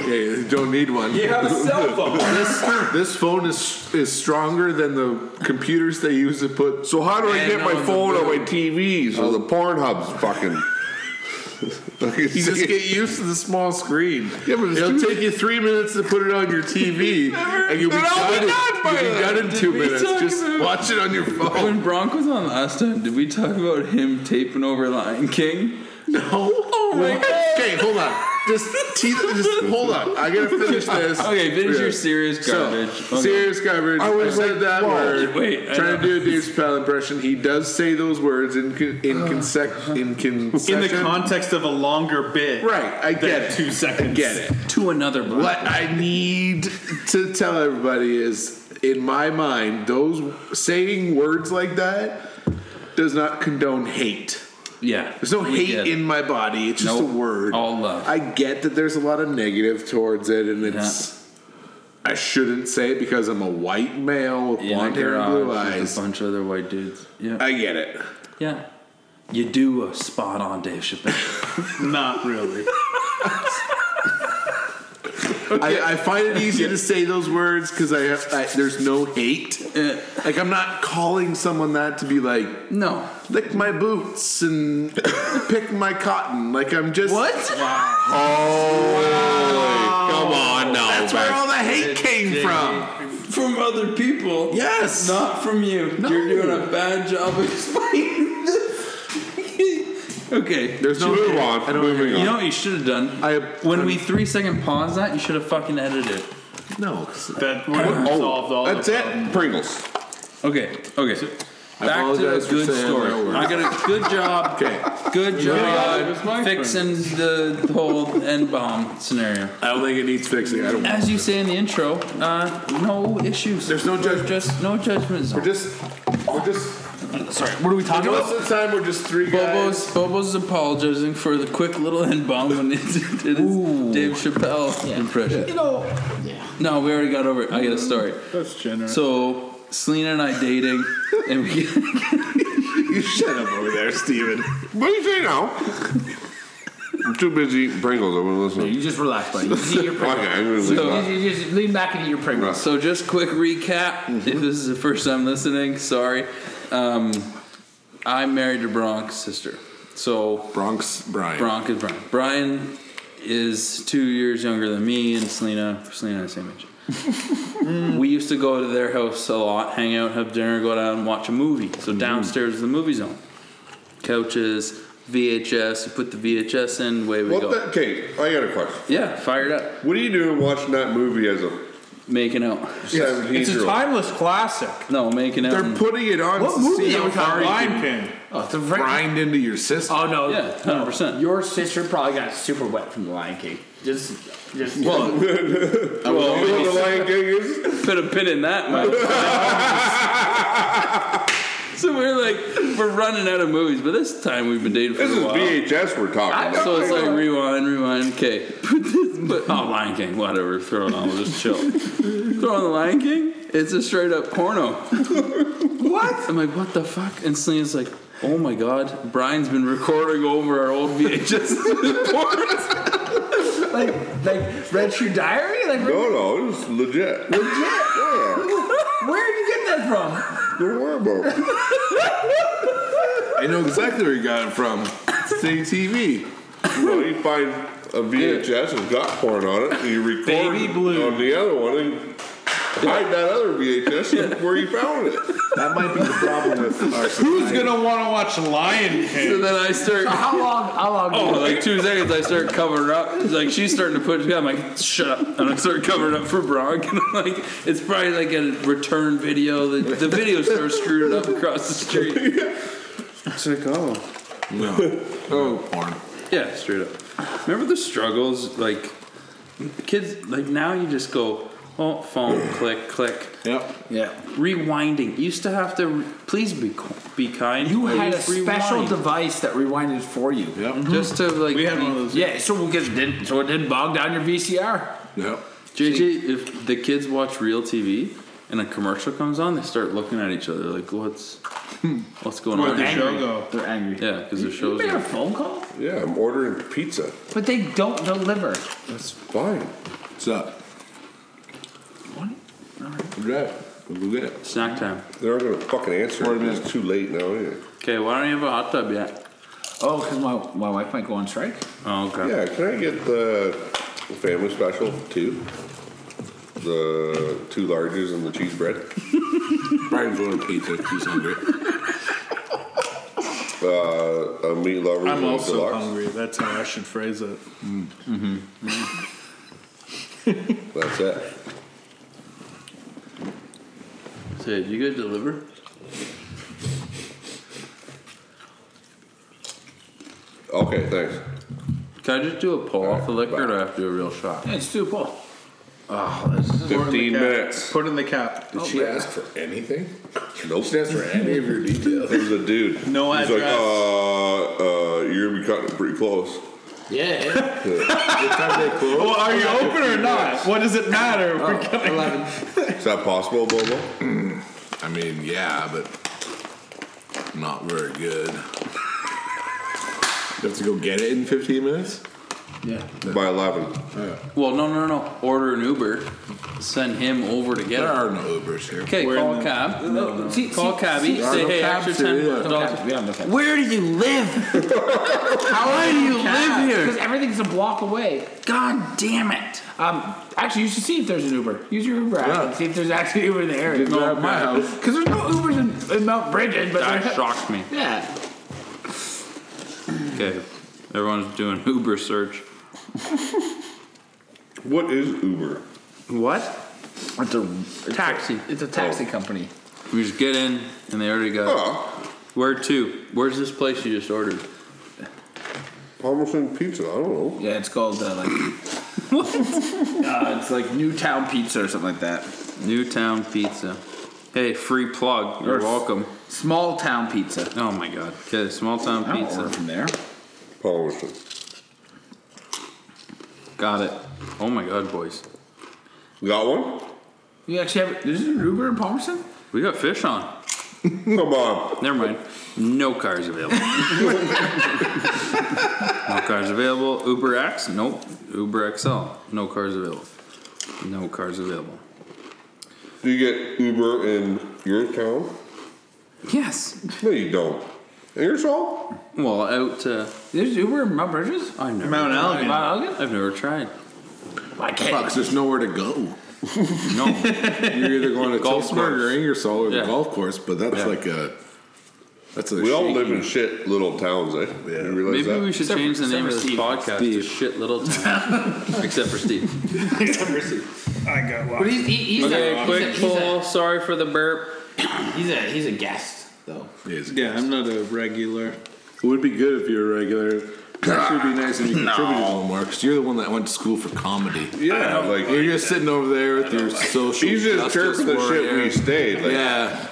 Yeah, you don't need one. You have a cell phone. This, this phone is is stronger than the computers they use to put. So how do I And get no my one's phone on available. my TV so the Pornhub's fucking? you Oh. You just get used to the small screen. Yeah, but it's It'll too- take you three minutes to put it on your TV, and you'll be But I'll be done. in- done by You'll be then. done in two we minutes. talk Just about- watch it on your phone. When Bronk was on last time, did we talk about him taping over Lion King? No. Oh my God. Okay, hold on. Just, te- just hold on. I gotta finish this. Okay, finish Yeah. your serious So, garbage. Okay. serious garbage. I, was said like, that whoa. word. Wait, I trying to know. do a Dave Chappelle impression. He does say those words in con- in consec- in In concession. the context of a longer bit. right. I Than get it. two seconds. I get it. to another black. What I need to tell everybody is, in my mind, those saying words like that does not condone hate. Yeah. There's no we hate get it. in my body. It's just Nope. Oh, a word. All uh, love. I get that there's a lot of negative towards it, and it's. I shouldn't say it because I'm a white male with In a blonde hair and blue garage with eyes. A bunch of other white dudes. Yeah. I get it. yeah. You do a spot on Dave Chappelle. Not really. I, I find it easy to say those words because I, have- I there's no hate. Uh, Like I'm not calling someone that to be like no. lick my boots and pick my cotton. Like I'm just Come on now. That's where all the hate came from. From other people. Yes. Not from you. No. You're doing a bad job explaining this. okay. There's no Move hate. on. I don't Moving You on. know what you should have done? I- when we three second pause that, you should have fucking edited it. No. 'cause That would Oh, have Oh, solved all That's the it. Pringles. Okay, okay. Back to a apologize for good saying story. that word. I got a good job. Okay. Good it was my job fixing the whole end bomb scenario. I don't think it needs fixing. I don't. As you say in the intro, uh, no issues. There's no We're judgment. Just no judgment zone. Just, we're just. Sorry, what are we talking Most of the time, we're just three guys. Bobo's Bobo's apologizing for the quick little end bomb when it did his Dave Chappelle impression. You know, no, we already got over it. I got a story. That's generous. So Selena and I dating, and we You shut up over there, Steven. What do you say now? I'm too busy eating Pringles. I wasn't listening. You just relax, buddy. You just eat your Okay, Pringles. I'm gonna leave So- that. You just lean back and eat your Pringles. So just quick recap. If this is the first time listening, sorry. Um, I'm married to Bronk's sister. So Bronx Brian. Bronk is Brian. Brian is two years younger than me and Selena. Selena and I same age. we used to go to their house a lot, hang out, have dinner, go down and watch a movie. So downstairs is the movie zone. Couches, VHS. You put the VHS in, away we What go. the? Okay, I got a question. yeah, fired up, What are you doing watching that movie as a making out. 17 It's a year old? timeless classic. No, making out. They're and- putting it on. What to movie see are how we far talking you Lion can King. Oh, the Pring- grind into your system. Oh no. Yeah, 100%. No. Your sister probably got super wet from the Lion King. Just, just. well, you know what the Lion King is? put a pin in that, man. so we're like, we're running out of movies, but this time we've been dating for This a is while. VHS we're talking about. So it's like rewind, rewind. Okay, put this, but oh, Lion King, whatever. Throw it on, we'll just chill. throw on the Lion King. It's a straight up porno. what? I'm like, what the fuck? And Selena's like, oh my god, Brian's been recording over our old VHS pornos. like, like Red Shoe Diary. Like, No, no, it's legit. Legit? Yeah. where are you getting that from? Don't worry about it. I know exactly where you got it from. Say TV. Well, you find a VHS that's got porn on it, and you record Baby blue. on the other one, and hide that other VHS where you found it. That might be the problem with our Who's gonna want to watch Lion King? And then I start. How long? How long? Oh, like two seconds, I start covering her up. Like she's starting to push. me. I'm like, shut up, and I start covering up for Bronk. And I'm like, it's probably like a return video. The, the video store screwed it up across the street. It's like, oh, Oh, porn. yeah, straight up. Remember the struggles, like kids. Like now, you just go, oh, phone, click, click. Yep. yeah. Rewinding. You used to have to. Please be be kind. You had a Please special rewind. device that rewinded for you. just to like. We had be- one of those. Yeah, so we'll get didn't so it didn't bog down your VCR. Yep. JJ, if the kids watch real TV and a commercial comes on, they start looking at each other like, "What's what's going Where'd on?" the here? show go? They're angry. Yeah, because the You show's made a phone call? Yeah, I'm ordering pizza. But they don't deliver. That's fine. What's up? What? Drive. We'll go get it. snack time. They're not gonna fucking answer. Wait a it. minute. It's too late now. Either. Okay, why don't you have a hot tub yet? Oh, because my, my wife might go on strike. Oh, okay. Yeah, can I get the family special too? The two larges and the cheese bread. Brian's ordering pizza. He's hungry. Uh, a meat lover. I'm and a also deluxe. hungry. That's how I should phrase it. That's it. Say, you gonna deliver? Okay, thanks. Can I just do a pull off the liquor, or do I have to do a real shot? Yeah, it's too cool. Oh, this is Pour it in the 15 cap. minutes. Put it in the cap. Did she ask for anything? Nope. She asked for any of your details. There's a dude. No He's like, address. uh, uh, you're gonna be cutting it pretty close. Yeah. Well, are you open or not? What does it matter? Oh. We're gonna- Is that possible, Bobo? I mean, yeah, but not very good. You have to go get it in 15 minutes? By 11. well, no, no, no. Order an Uber, send him over to get it. There are no Ubers here. Okay, call a cab. See, Call a cabbie. are Say, no hey, cabs extra here, ten yeah. dollars. We don't have Where do you live? How do you live Because here? everything's a block away. God damn it! Um, actually, you should see if there's an Uber. Use your Uber app and see if there's actually Uber in the area. Just drive my house. Because there's no Ubers in, in Mount Bridget, but That there- shocked me. yeah. Okay, everyone's doing Uber search. What is Uber? What? It's a Taxi. It's a taxi Oh. company. We just get in, and they already got. Oh, Where to? Where's this place you just ordered? Palmerston Pizza. I don't know. Yeah, it's called uh, like. Uh, it's like Newtown Pizza or something like that. Newtown Pizza. Hey, free plug. You're Earth. welcome. Small town pizza. Oh my god. Okay, small town I don't order pizza. from there. Palmerston. Got it. Oh my god, boys. Got one? You actually have. There's an Uber in Palmerston? We got fish on. Come on. Never mind. No cars available. no cars available. Uber X? Nope. Uber XL? No cars available. No cars available. Do you get Uber in your town? Yes. No, you don't. In your town? Well, out to. There's Uber in Mount Bridges? I've never. Mount Elgin. Mount Elgin? I've never tried. I Fuck, can't. 'cause there's nowhere to go. No. You're either going to Golf Tillsburg or course. Ingersoll or Yeah. the golf course, but that's like a. That's a. We all live shaky- in shit little towns, eh? Yeah. You realize Maybe that? we should Except change for- the name of this except for podcast to Shit Little Town. except for Steve. I got But one. he's, he, he's, Okay, a, quick he's, a, poll. Sorry for the burp. he's, a, he's, a, he's a guest, though. Yes. Yeah, I'm not a regular. It would be good if you're a regular. It actually would be nice if you contributed a little more because you're the one that went to school for comedy. Yeah, like You're just sitting over there with your social. he's just justice chirping the shit warrior. we stayed. Like, Yeah.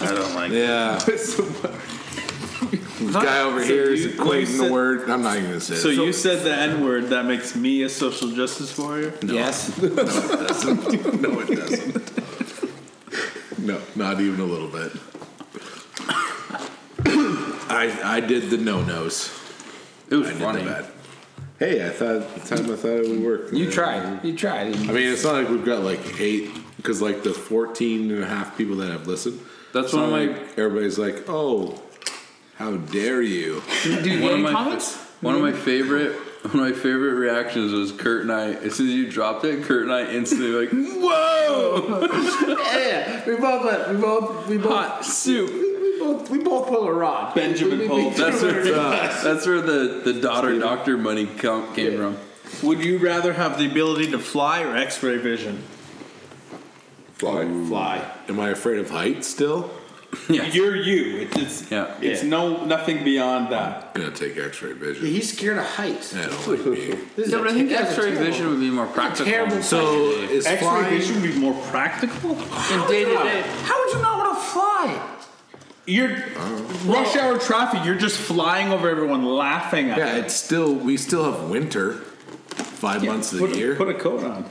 I don't like Yeah. Guy over here is you- equating you said- the word. I'm not even gonna say So, it. you said the N word. That makes me a social justice warrior. Yes. no, it doesn't. no, not even a little bit. I I did the no nos. It was I did funny. the bad. Hey, I thought at the time I thought it would work. You tried. You tried. I mean, it's not like we've got like eight, because like the 14 and a half people that have listened. That's it's one of not my- like everybody's like, oh, how dare you? Do you One get of any my comments? one of my Mm-hmm. favorite one of my favorite reactions was Kurt and I. As soon as you dropped it, Kurt and I instantly were like, "Whoa, Yeah, we both went. We both. We both. hot soup!" We, we both. We both pull a rod. Benjamin We- we- we- Paul. That's where uh, that's where the the daughter doctor money com- came from. Would you rather have the ability to fly or X-ray vision? fly. Fly. Am I afraid of heights still? Yeah, You're you. It's it's, Yeah. it's Yeah. no nothing beyond that. gonna take x ray vision. He's scared of heights. I don't like being- This is yeah a but I think ter- that's a X-ray terrible- vision would be more practical. Terrible. So is X-ray flying. vision would be more practical. And day to day, How would you not want to fly? You're rush hour traffic. You're just flying over everyone, laughing at. Yeah, it's still we still have winter. five months of the year. Put a coat on.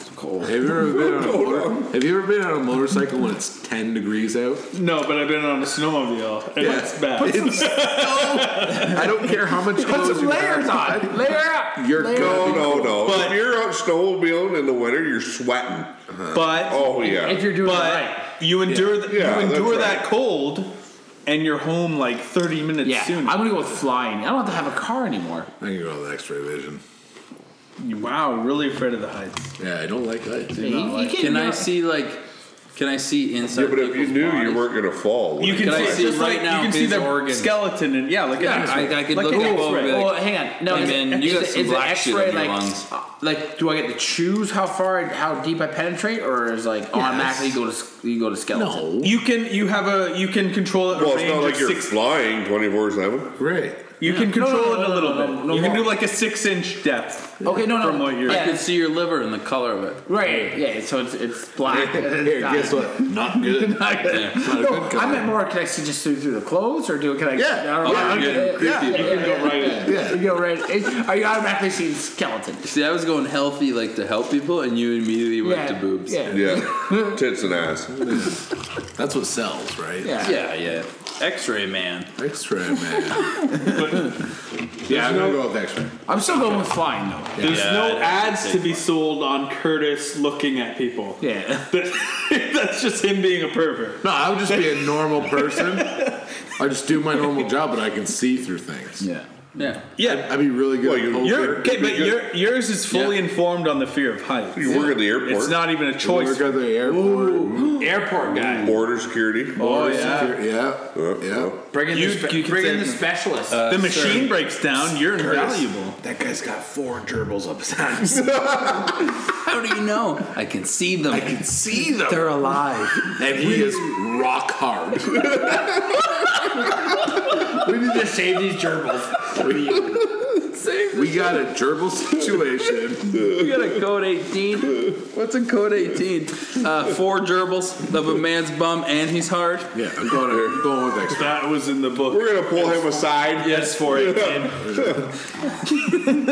have you ever been on a motor, Have you ever been on a motorcycle when it's ten degrees out? No, but I've been on a snowmobile. And Yeah. It's bad. It's so, I don't care how much clothes you Layers on. Layer up. You're No, going. no, no. But- if you're out snowmobiling in the winter, you're sweating. But Oh If yeah. you're doing but it right. you endure th- Yeah, you that's endure right. that cold, and you're home like 30 minutes Yeah, soon. I'm gonna go with flying. I don't have to have a car anymore. I can go with X-ray vision. wow, really afraid of the heights. Yeah, I don't like heights. You, you can't Can do I it. see like? Can I see inside? Yeah, but if you people's knew bodies? you weren't gonna fall, You can, Can I see, see just right like, now you can see his the organ? skeleton and yeah, like Yeah, an I- X-ray. I could like look an at it over X-ray. the- Well, hang on. No, Hey, is man, it, you is got it- some is black the shit X-ray in your like, lungs. uh, like, do I get to choose how far, and how deep I penetrate, or is like automatically go to s- you go to skeleton? No, You can you have a you can control it. a well, it's range not like of you're six, flying twenty four seven. right. You can control no, it no, a little no, no, bit. no you can more. do like a six inch depth. Okay, no, no. From what you're- I yeah, could see your liver and the color of it. right. Yeah, so it's it's black. Here, guess what? Not good. Not good. Not a No, good I color. meant more. Can I see just through, through the clothes, or do can I? Yeah. I don't Oh, know. you're getting yeah, creepy. yeah, You yeah, yeah, in. yeah. You go right. It, are you automatically seeing skeleton? See, I was going healthy, like to help people, and you immediately went Yeah, to boobs. Yeah. Yeah, tits and ass. That's what sells, right? Yeah. yeah, yeah. X-ray man. X-ray man. yeah, I'm gonna go with X-ray. I'm still going with flying though. There's Yeah, no I'd ads say to be sold on Curtis looking at people. Yeah. That's just him being a pervert. No, I would just be a normal person. I just do my normal job, but I can see through things. Yeah. Yeah. Yeah. I'd be really good. Well, at you- poker. You're, okay, but your, yours is fully Yeah. informed on the fear of heights. You work at the airport. It's not even a Work choice. at the airport. Airport guy. border security. Oh Secure- yeah. oh. Uh, yeah. uh. Bring in You- the, spe- you can bring in save the them. specialist. The machine breaks down. You're invaluable. That guy's got four gerbils up his ass. How do you know? I can see them. I can see them. They're alive. and he is rock hard. we need to save these gerbils. We got a gerbil situation. You got a code 18. What's a code 18? Uh, four gerbils of a man's bum, and he's hard. Yeah, I'm going, to, going with X. That was in the book. We're gonna pull him aside. Yes, for it. and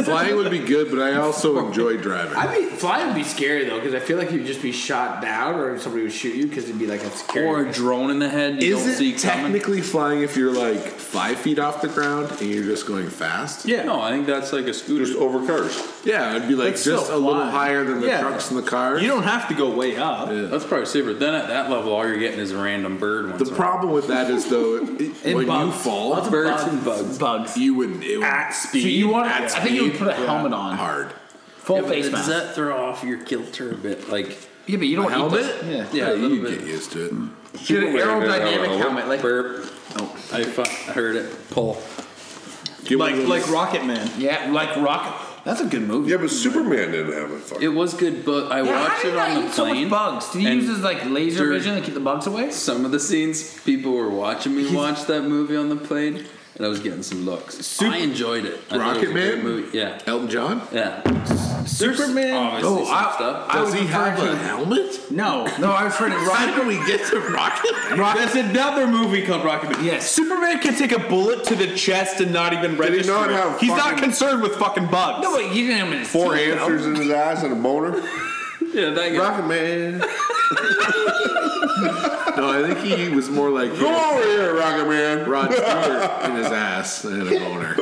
Flying would be good, but I also enjoy driving. I mean, flying would be scary though, because I feel like you'd just be shot down, or somebody would shoot you, because it'd be like a scary. Or a drone in the head you Is don't see it coming. technically flying if you're like five feet off the ground and you're just going fast? Yeah. No, I think that's like a scooter. Just over cars. Yeah, I'd be like That's just a still little flying. higher than the Yeah. trucks and the cars. you don't have to go way up. That's probably safer. Then at that level, all you're getting is a random bird. Once the problem with that is though, it, it- when you fall, birds and bugs. Bugs. you would it would At So speed. you want? At I think you would speed. put a helmet on, hard. full Yeah, but face Does mask. that throw off your kilter a bit? Like, yeah, but you don't helmet? Eat those. Yeah. yeah, a little you bit. get used to it. Get an Superman didn't have a aerodynamic helmet. helmet. Like "Oh, Burp. I fu- I heard it. Pull. like like Rocket Man. yeah, like rocket. That's a good movie. Yeah, but Superman didn't have a fucking. It was good, but I Yeah, how watched do you it not on eat the so much plane. bugs? Do you and use his like laser dirt. vision to keep the bugs away? Some of the scenes, people were watching me watch that movie on the plane, and I was getting some looks. I enjoyed it. I thought it was a Rocket great Man? movie. Yeah, Elton John? yeah. Superman. Obviously, Oh, some I- stuff. I Does would he prefer have to- a helmet? No. No, I was reading How rocket. do we get to Rocket Man? That's another movie called Rocket Man. Yes. Superman can take a bullet to the chest and not even he register. not it. have He's not fucking- concerned with fucking bugs. No, wait, you didn't have him in his Four teeth, though. hamsters in his ass and a boner. Yeah, that guy. Rocket Man. No, I think he was more like Go over here, Rocket Man. Rod Stewart in his ass and a boner.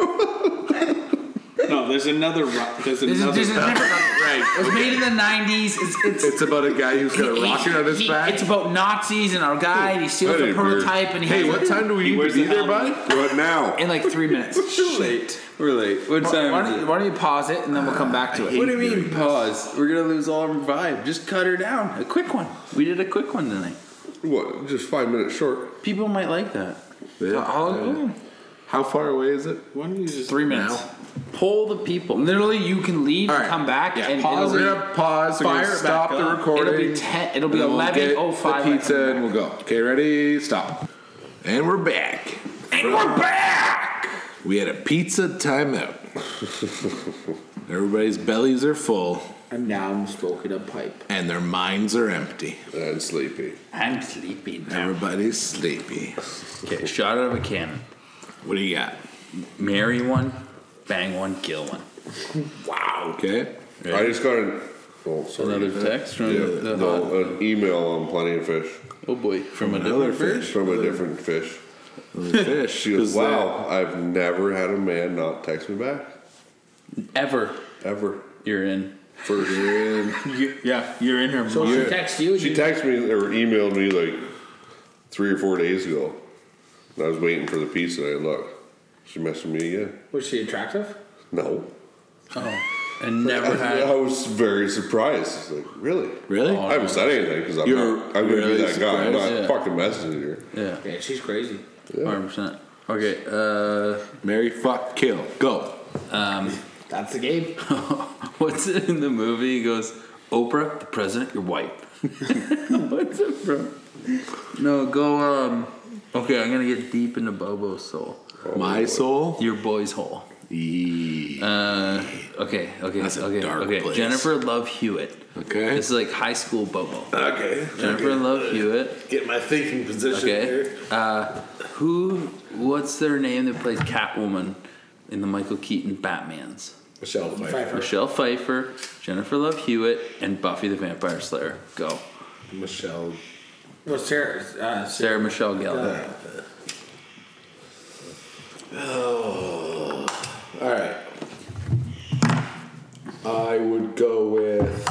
No, there's another. Ro- There's This another. is, this is different. It Right. was made in the '90s. It's it's. It's about a guy who's got a he- rocket on his he- back. It's about Nazis and our guy. And he steals That the ain't weird. prototype and he Hey, has what it time do we need wears to be a there helmet. by? What now? in like three minutes. We're late. We're late. What why, time is don't it? you, why don't you pause it and then we'll come back to it? What do you mean pause? We're gonna lose all our vibe. Just cut her down. A quick one. We did a quick one tonight. What? Just five minutes short. People might like that. How, how far away is it? Why don't you just? Three minutes. Poll the people. Literally, you can leave All and right. come back Yeah, and pause. it'll We're be- gonna pause. We're gonna Fire it stop back the up. recording. It'll be 10 it'll be And then we'll get 11:05 The when I pizza, come and we'll go. Okay, ready? Stop. And we're back. and we're back. We had a pizza timeout. Everybody's bellies are full And now I'm smoking a pipe. and their minds are empty. And sleepy. I'm sleepy now. Everybody's sleepy. Okay, shot out of a cannon. What do you got? Marry one, bang one, kill one. Wow. Okay. I just got an, oh, sorry. Another text from Yeah, the hot- no, an email on Plenty of Fish Oh boy, from a Another different fish. from a different fish. Fish. She goes, 'cause that- wow, I've never had a man not text me back. ever Ever. you're in. First. You- yeah, you're in her So mind. she texts you. She you texted me or emailed me like three or four days ago. And I was waiting for the piece and I look. She messaged me again. was she attractive? No. Oh. And never I, had. I was very surprised. It's like, really? Really? I haven't said anything because I'm, You're not- I'm going to really be that guy. I'm surprised? not Yeah. fucking messaging her. Yeah, Yeah, she's crazy. hundred percent. Okay, uh, Mary, fuck, kill, go. That's the game. what's it in the movie? He goes, Oprah, the president, your wife. what's it from? No, go. um Okay, I'm gonna get deep into Bobo's soul. My soul. Your boy's hole. Yee. Uh, okay, okay, That's a okay, dark okay. place. Jennifer Love Hewitt. Okay. This is like high school Bobo. Okay. Jennifer Love Hewitt. Get my thinking position Okay. here. Uh, who? What's their name that plays Catwoman in the Michael Keaton Batman's? Michelle Pfeiffer. Michelle Pfeiffer, Jennifer Love Hewitt, and Buffy the Vampire Slayer. Go. Michelle. Well, Sarah. Uh, Sarah. Sarah Michelle Gellar. Oh. All right. I would go with.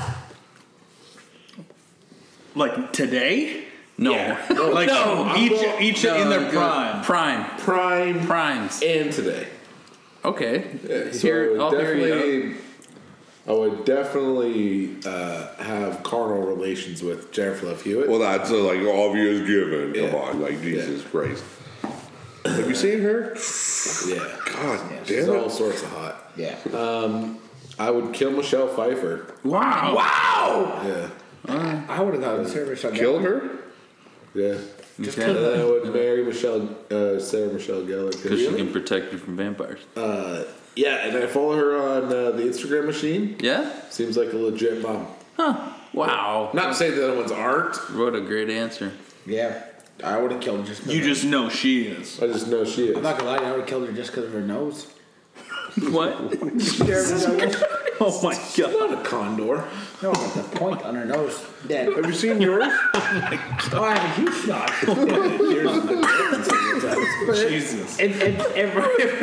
Like today? No. Like No. each each No, in their Oh, good. prime. Prime. Prime Primes. and today. Okay. Yeah, so Here, I I'll would hear you out. definitely, I would definitely uh, have carnal relations with Jennifer Love Hewitt. Well, that's uh, like obvious given. Come Yeah. on. Like, Jesus Yeah. Christ. Have you seen her? yeah, God damn she's it. all sorts of hot. Um, Yeah. I would kill Michelle Pfeiffer. Wow. Wow. Yeah, I would have gotten Sarah Michelle. Kill her? yeah. And Okay. then I would marry Michelle, uh, Sarah Michelle Gellar. Because she can protect you from vampires. Uh, yeah, and I follow her on uh, the Instagram machine. Yeah? Seems like a legit mom. Huh. Wow. Not to say the other ones aren't. What a great answer. Yeah. I would have killed her just. 'cause You of- just know she is. I just know she I'm is. not gonna lie. I would have killed her just because of her nose. What? Oh my god. Not a condor. No, but the point on her nose. Dead. Have you seen yours? Oh, I have a huge nose. Jesus. If, if, if, if,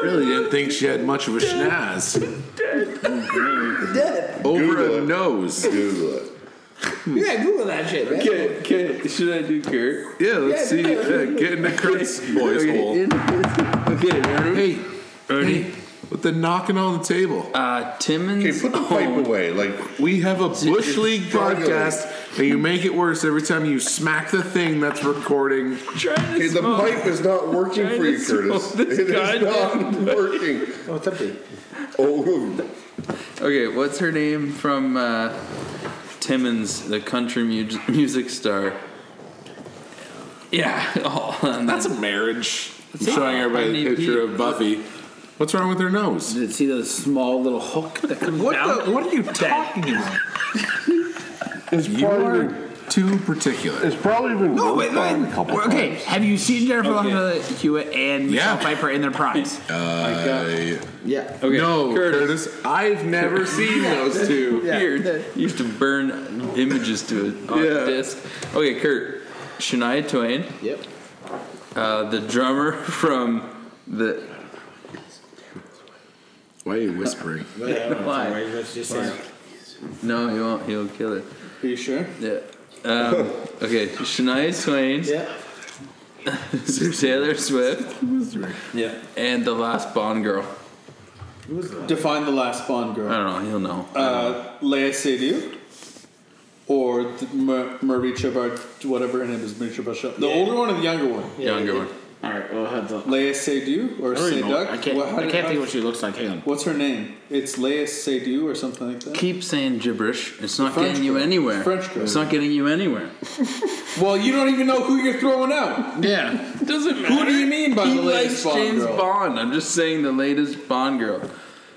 really didn't think she had much of a schnaz. dead. Over Google a it. nose. Google it. Yeah, Google that shit, man. Okay, okay. Should I do Kurt? Yeah, let's Yeah, see. Uh, get into Kurt's boy's hole. in- okay, ready? Hey, hey, with the knocking on the table. Uh, Timmons. Okay, put the pipe owned- away. Like, We have a Bush League struggling. podcast, and you make it worse every time you smack the thing that's recording. okay, the pipe is not working Trying for to you, Curtis. smoke this It is not goddamn working. What's up, dude? Oh, Okay, what's her name from uh, Timmons, the country mu- music star? Yeah. Oh, and That's a marriage. I'm showing everybody a IMDb. picture of Buffy. What's wrong with her nose? Did see the small little hook that comes What down? the, What are you talking about? it's You are too particular. It's probably been No, worked wait, Oh, wait. on a couple Okay, times. have you seen Jennifer Love Hewitt and Yeah. Michelle Pfeiffer in their primes? Uh, Yeah. okay, no, Curtis. Curtis. I've never seen those two. Weird. You used to burn images to a on Yeah. disc. Okay, Kurt. Shania Twain, Yep. uh, the drummer from the. Why are you whispering? Why? Why? Let's just say No, he won't. He'll kill it. Are you sure? Yeah. Um, okay, Shania Twain, Yeah. Taylor Swift, Yeah. and the last Bond girl. Define the last Bond I girl. don't know. He'll know. Uh, Leia Seydoux or the, Ma- Marie Chabard, whatever her name is, Marie Chabard. Shaw. The older one or the younger one? Younger one. All right, well, heads up. Leia Seydoux or Seydoux? I can't, What- how I did- can't how- think of what she looks like. Hang on. What's her name? It's Leia Seydoux or something like that. Keep saying gibberish. It's not French getting you girl. anywhere. French girl. It's not getting you anywhere. Well, you don't even know who you're throwing out. Yeah. Doesn't matter. Who do you mean by he the likes latest Bond James girl? Bond. I'm just saying the latest Bond girl.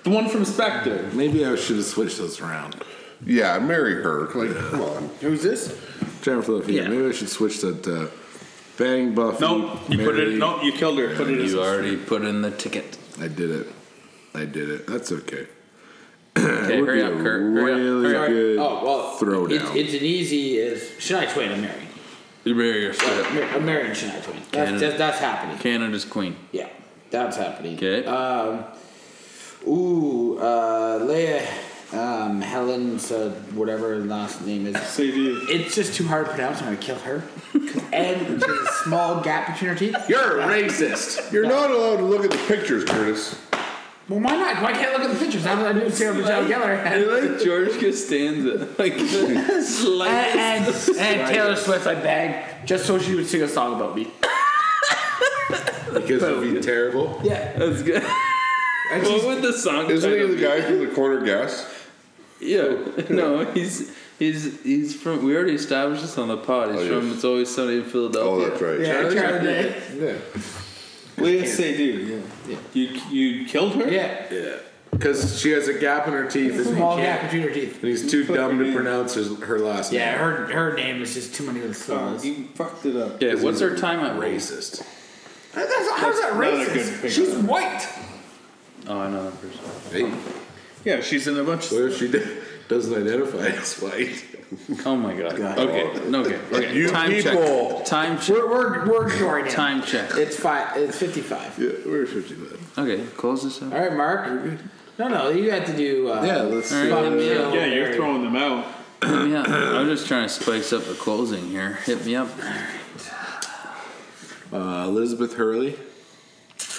The one from Spectre. Maybe I should have switched those around. Yeah, marry her. Like, come on. Who's this? Jennifer Love Hewitt. Yeah. Maybe I should switch that. Uh, bang Buffy. No, you put it. Mary- No, you killed her. put it. as You already put in the ticket. I did it. I did it. That's okay. Okay, hurry up, a Kurt. Hurry really up. Hurry up. good Oh well, throwdown. It, it's an easy as Shania Twain and Mary. You marry your Uh, Mar- uh, Mary and Shania Twain. Canada. That's, that's, that's happening. Canada's queen. Yeah, that's happening. Okay. Uh, Um, ooh, uh, Leia, um, Helen's uh, whatever her last name is. CD. It's just too hard to pronounce. I'm gonna kill her. And there's a small gap between her teeth. You're a racist. You're not allowed to look at the pictures, Curtis. Well, why not? Why can't I look at the pictures? I, I didn't see them Michelle Geller. like George Costanza. Like, And, and, and Taylor Swift, I begged just so she would sing a song about me. because it'd be terrible. Yeah. that's good. what would the song Isn't he title the be? guy from the corner gas? Yeah, no, he's he's he's from. We already established this on the pod. He's Oh, from yes. It's Always Sunny in Oh, Philadelphia. that's right. Yeah, Charlie Day. Leia Seydoux. Yeah. You you killed her. Yeah. Yeah, because she has a gap in her teeth, and, he Small can't- gap between her teeth. and he's too dumb to pronounce his, her last Yeah, her her name is just too many of the Oh, syllables. you fucked it up. Yeah, what's our time at name. race? Racist. That's- how's that racist? She's white. Oh, I know that person. Hey, Yeah, she's in a bunch. Of, what if she d- doesn't identify as white? Oh my god. Okay, no, okay, okay. You time people. check. Time check. We're we're we're ignoring him. Time check. It's five. It's fifty-five. Yeah, we're fifty minutes. Okay, close this out. All right, Mark. No, no, you had to do. Uh, Yeah, let's. All right, hit me up. yeah, you're throwing them out. Hit me up. I'm just trying to spice up the closing here. Hit me up. Uh, Elizabeth Hurley.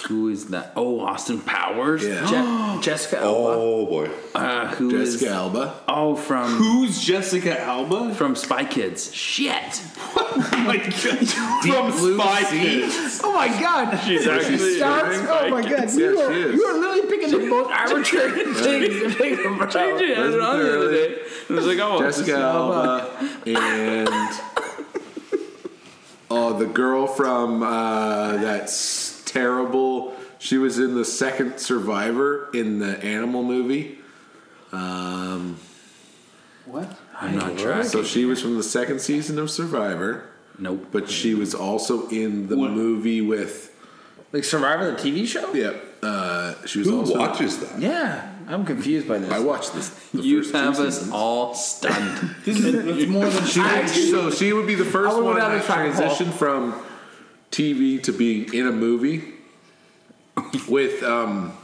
Who is that? Oh, Austin Powers. Yeah. Je- Jessica Alba. Oh boy. Uh, who is? Jessica Alba. Oh, from Who's Jessica Alba? from Spy Kids. Shit. My God. From Blue Spy Sea. Kids. Oh my god! She's actually. oh my god! You Yeah, are, she is. you are literally picking the most arbitrary things to pick I about. had it on the other day. It was like, oh, Jessica Alba and oh, the girl from uh, that's terrible. She was in the second Survivor in the animal movie. Um, I'm not tracking. so she was from the second season of Survivor, nope. but she was also in the movie with. Like Survivor, the TV show? Yep, uh, she was Who also. watches that? Yeah, I'm confused by I this. watched this. The You first two have us seasons. all stunned. This is that's more than She would- so she would be the first would've one done to a track transition from TV to being in a movie with um,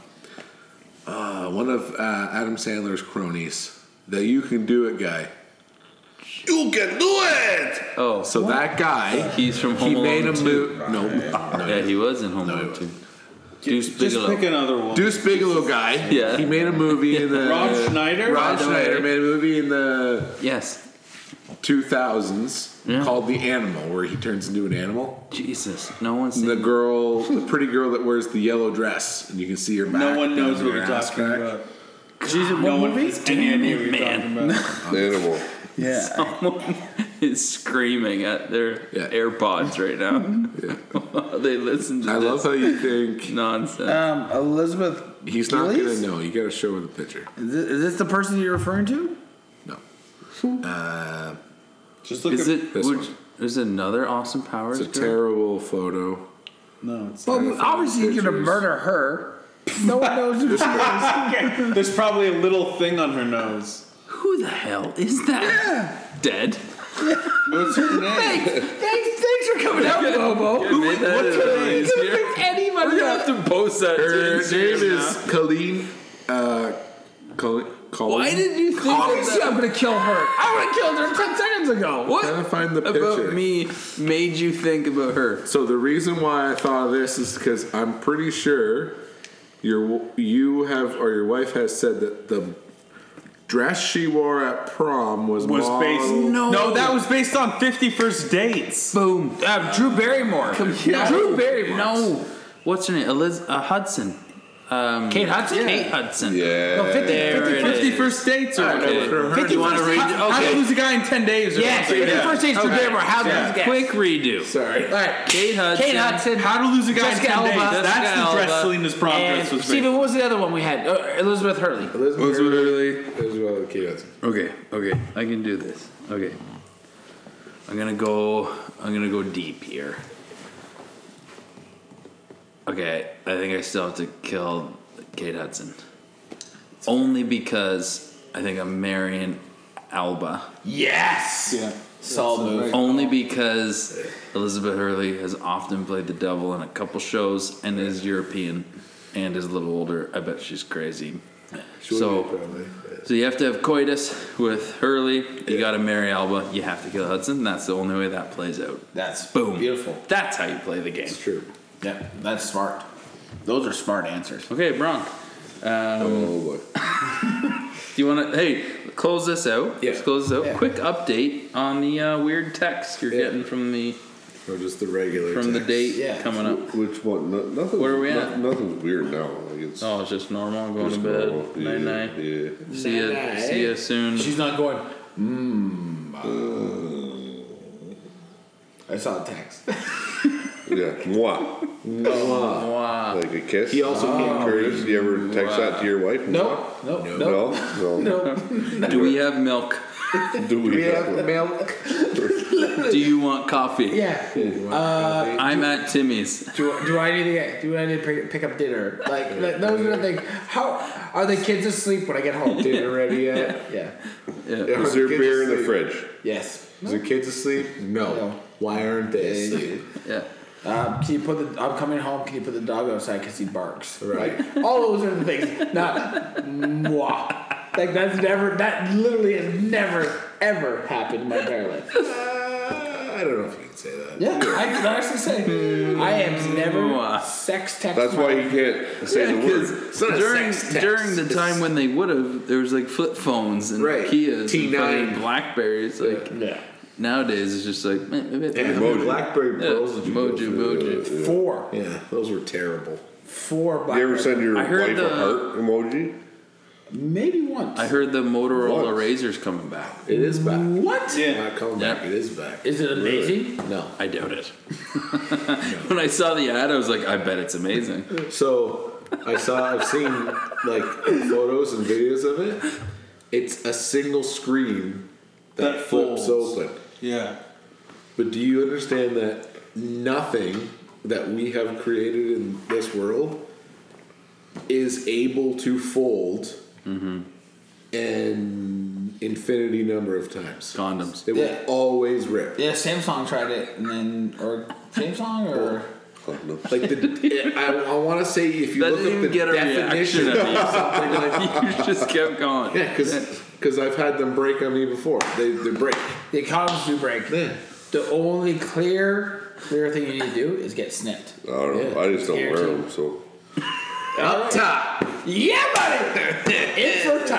uh, one of uh, Adam Sandler's cronies, the "You Can Do It" guy. You can do it! Oh, So that guy, he's from Home he Alone made a 2. movie. No, no, Yeah, he was in Home No, he Alone wasn't. too. Deuce just Bigelow. pick another one. Deuce Bigelow guy. Yeah. he made a movie in the. Rob Schneider? Rob By the way. Schneider made a movie in the yes. 2000s Yeah. called The Animal, where he turns into an animal. Jesus, no one's the seen. girl, the pretty girl that wears the yellow dress, and you can see her back. no one down knows to what her you're ass talking crack. about. She's in no one has any idea what you're man. talking about. Animal. Someone is screaming at their Yeah. AirPods right now. they listen to I this love how you think nonsense. Um, Elizabeth. he's not gonna Gillies? know. You gotta show her the picture. Is this, is this the person you're referring to? No. Uh, Just look is at it? this Would, one. is it another Austin Powers? it's a girl? terrible photo. no. It's Well, obviously you're gonna pictures. murder her. No one knows who she is. There's probably a little thing on her nose. Who the hell is that? Dead. What's her name? Thanks, thanks for coming out, Bobo. Who would, what's her name? Anybody? We're gonna have to post that. Her to Instagram name is now. Colleen. Uh, Colleen. Colleen. Why did you think of Obviously, that? I'm gonna kill her. I would have killed her ten seconds ago. What Trying to find the about picture. me made you think about her? So the reason why I thought of this is because I'm pretty sure your you have or your wife has said that the dress she wore at prom was Was modeled- based No. no, that was based on 50 First Dates. Boom. Uh, Drew Barrymore. Come here. No. Drew Barrymore. No. What's her name? Eliz- uh, Hudson. Um, Kate Hudson? Kate Hudson. Yeah. No, 50, There 50 it is. Oh, 50 First Dates or whatever. Okay. You want to read? oh, How to Okay. lose a guy in 10 days or Yes, something. 51st Dates Drew Barrymore. How did Yeah. this Quick redo. Sorry. All right. Kate Hudson. Kate Hudson. How to lose a guy Jessica in 10 Alba. days. Jessica That's the dress Alba. Selena's prom And dress was Stephen, what was the other one we had? Uh, Elizabeth Hurley. Elizabeth Elizabeth as well. Okay, that's Okay. Okay. I can do this. Okay. I'm gonna go. I'm gonna go deep here. Okay. I think I still have to kill Kate Hudson. only because I think I'm marrying Alba. Yes. Yeah. Solid move. Only because Elizabeth Hurley has often played the devil in a couple shows and is European and is a little older. I bet she's crazy. so, so you have to have coitus with Hurley. You got to marry Alba. You have to kill Hudson. That's the only way that plays out. That's Boom. Beautiful. That's how you play the game. True. Yeah, that's smart. Those are smart answers. Okay, Bronk. Um, Oh boy. Do you want to? Hey, close this out. Yeah. Let's close this out. Yeah. Quick update on the uh, weird text you're Yeah. getting from the Or just the regular. from the text. date Yeah. coming up. Which one? No, nothing. Where are we at? no- Nothing's weird now. Like it's. Oh, it's just normal. Going it's to bed. normal. Yeah, Night night. Yeah. See ya. See ya soon. She's not going. Mmm. I saw the text. Yeah. Mwah. Wow. Like a kiss. He also came. Curtis, you ever text that to your wife? No, no, no, no. No. No. Do we have milk? Do we, have one? milk. Do you want coffee? Yeah. Uh, I'm at Timmy's. do, do I need to get? Do I need to pick, pick up dinner? Like that, that was the thing. How are the kids asleep when I get home? Dinner ready yet? Yeah. yeah. Are Is there kids beer in the asleep? fridge? Yes. Is there kids asleep? No. No. Why aren't they asleep? Yeah. Um, can you put the? I'm coming home. Can you put the dog outside because he barks? Right. Like, all those are the things. Not moi. Like that's never. That literally has never ever happened in my entire life. Uh, I don't know if you can say that. Yeah, I can honestly say I have never sex texted. That's my- why he can't say the word. Because during during the time when they would have, there was like flip phones and Right. Kias T9. and fucking Blackberries. Like Yeah. nowadays, it's just like meh, meh, meh, meh, meh. How many Blackberry Yeah, Pearls did you go Mojo, through? Mojo. Four. Yeah, those were terrible. Four You ever blackberries. send your I heard wife the- a heart emoji? Maybe once. I heard the Motorola What? Razor's coming back. It is back. What? It's Not coming back. Yeah. It is back. Is it amazing? No. I doubt it. when I saw the ad, I was like, I bet it's amazing. So I saw. I've seen like photos and videos of it. It's a single screen that, That flips folds. open. Yeah. But do you understand that nothing that we have created in this world is able to fold an infinity number of times? Condoms. It will Yeah. always rip. Yeah, Samsung tried it, and then or Samsung or Like the, I, I want to say if you That look didn't up even the get a definition reaction of out something like you just kept going. Yeah, because I've had them break on me before. They, they break. the condoms do break. Yeah. The only clear clear thing you need to do is get snipped. I don't know. Yeah. I just don't wear Guaranteed. them, so. Up top. Yeah, buddy. Infertile.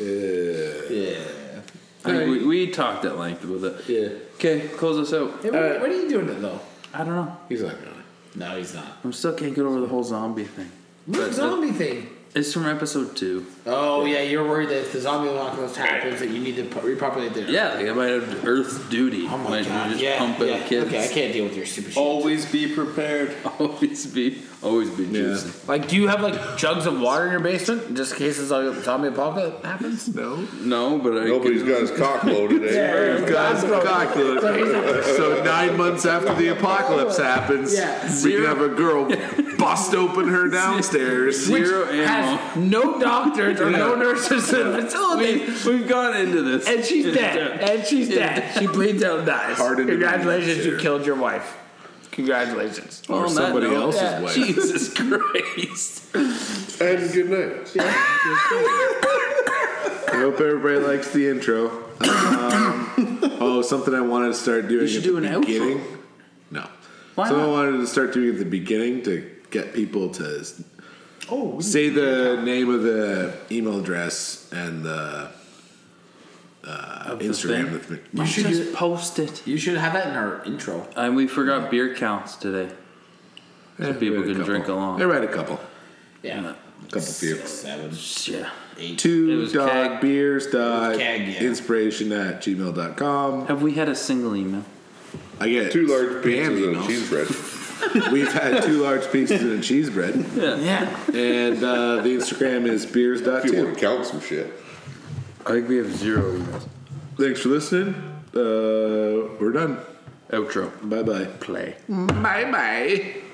Yeah. Yeah. I think we, we talked at length about it. Yeah. Okay, close us out. Hey, what, what are you doing it though? Uh, I don't know. He's not going. No, he's not. I'm still can't get over the whole zombie thing. What But- uh, zombie thing? It's from episode two. Oh yeah, you're worried that if the zombie apocalypse happens, that you need to po- repopulate the. Yeah, like I might have Earth's duty. Oh my might god. Just yeah. pump out yeah. kids. Okay, I can't deal with your stupid shit. Always be prepared. Always be, always be juicy. Like, do you have like jugs of water in your basement just in case the zombie zombie apocalypse happens? No. No, but I. Nobody's got his cock loaded, eh? God's cockload. So nine months after the apocalypse happens, Yeah. we can have a girl bust open her downstairs. Which- Zero ammo. Has no doctors or no nurses in the facility, We've, we've gone into this. and she's It's dead. done. And she's dead. She bleeds out and dies. Hard into Congratulations, you nature. killed your wife. Congratulations. Well, on that somebody note- else's Yeah. wife. Jesus Christ. And good night. I hope everybody likes the intro. Um, oh, something I wanted to start doing. You should at do the an outro. beginning. No. Why something not? I wanted to start doing at the beginning to get people to. Oh, say the name of the email address and the uh, Instagram. that the- You should just post it. You should have that in our intro. And Uh, we forgot beer counts today. Yeah, people I read a can drink couple. along. I read a couple. Yeah. couple beer. Seven. Yeah. It Two was dot keg. beers dot keg, yeah. inspiration at gmail.com. Have we had a single email? I get Two spam large pizzas and a emails. cheese bread. We've had two large pieces and a cheese bread. Yeah. And uh, the Instagram is beers dot If you want two. to count some shit. I think we have zero emails. Thanks for listening. Uh, we're done. Outro. Bye bye. Play. Bye bye.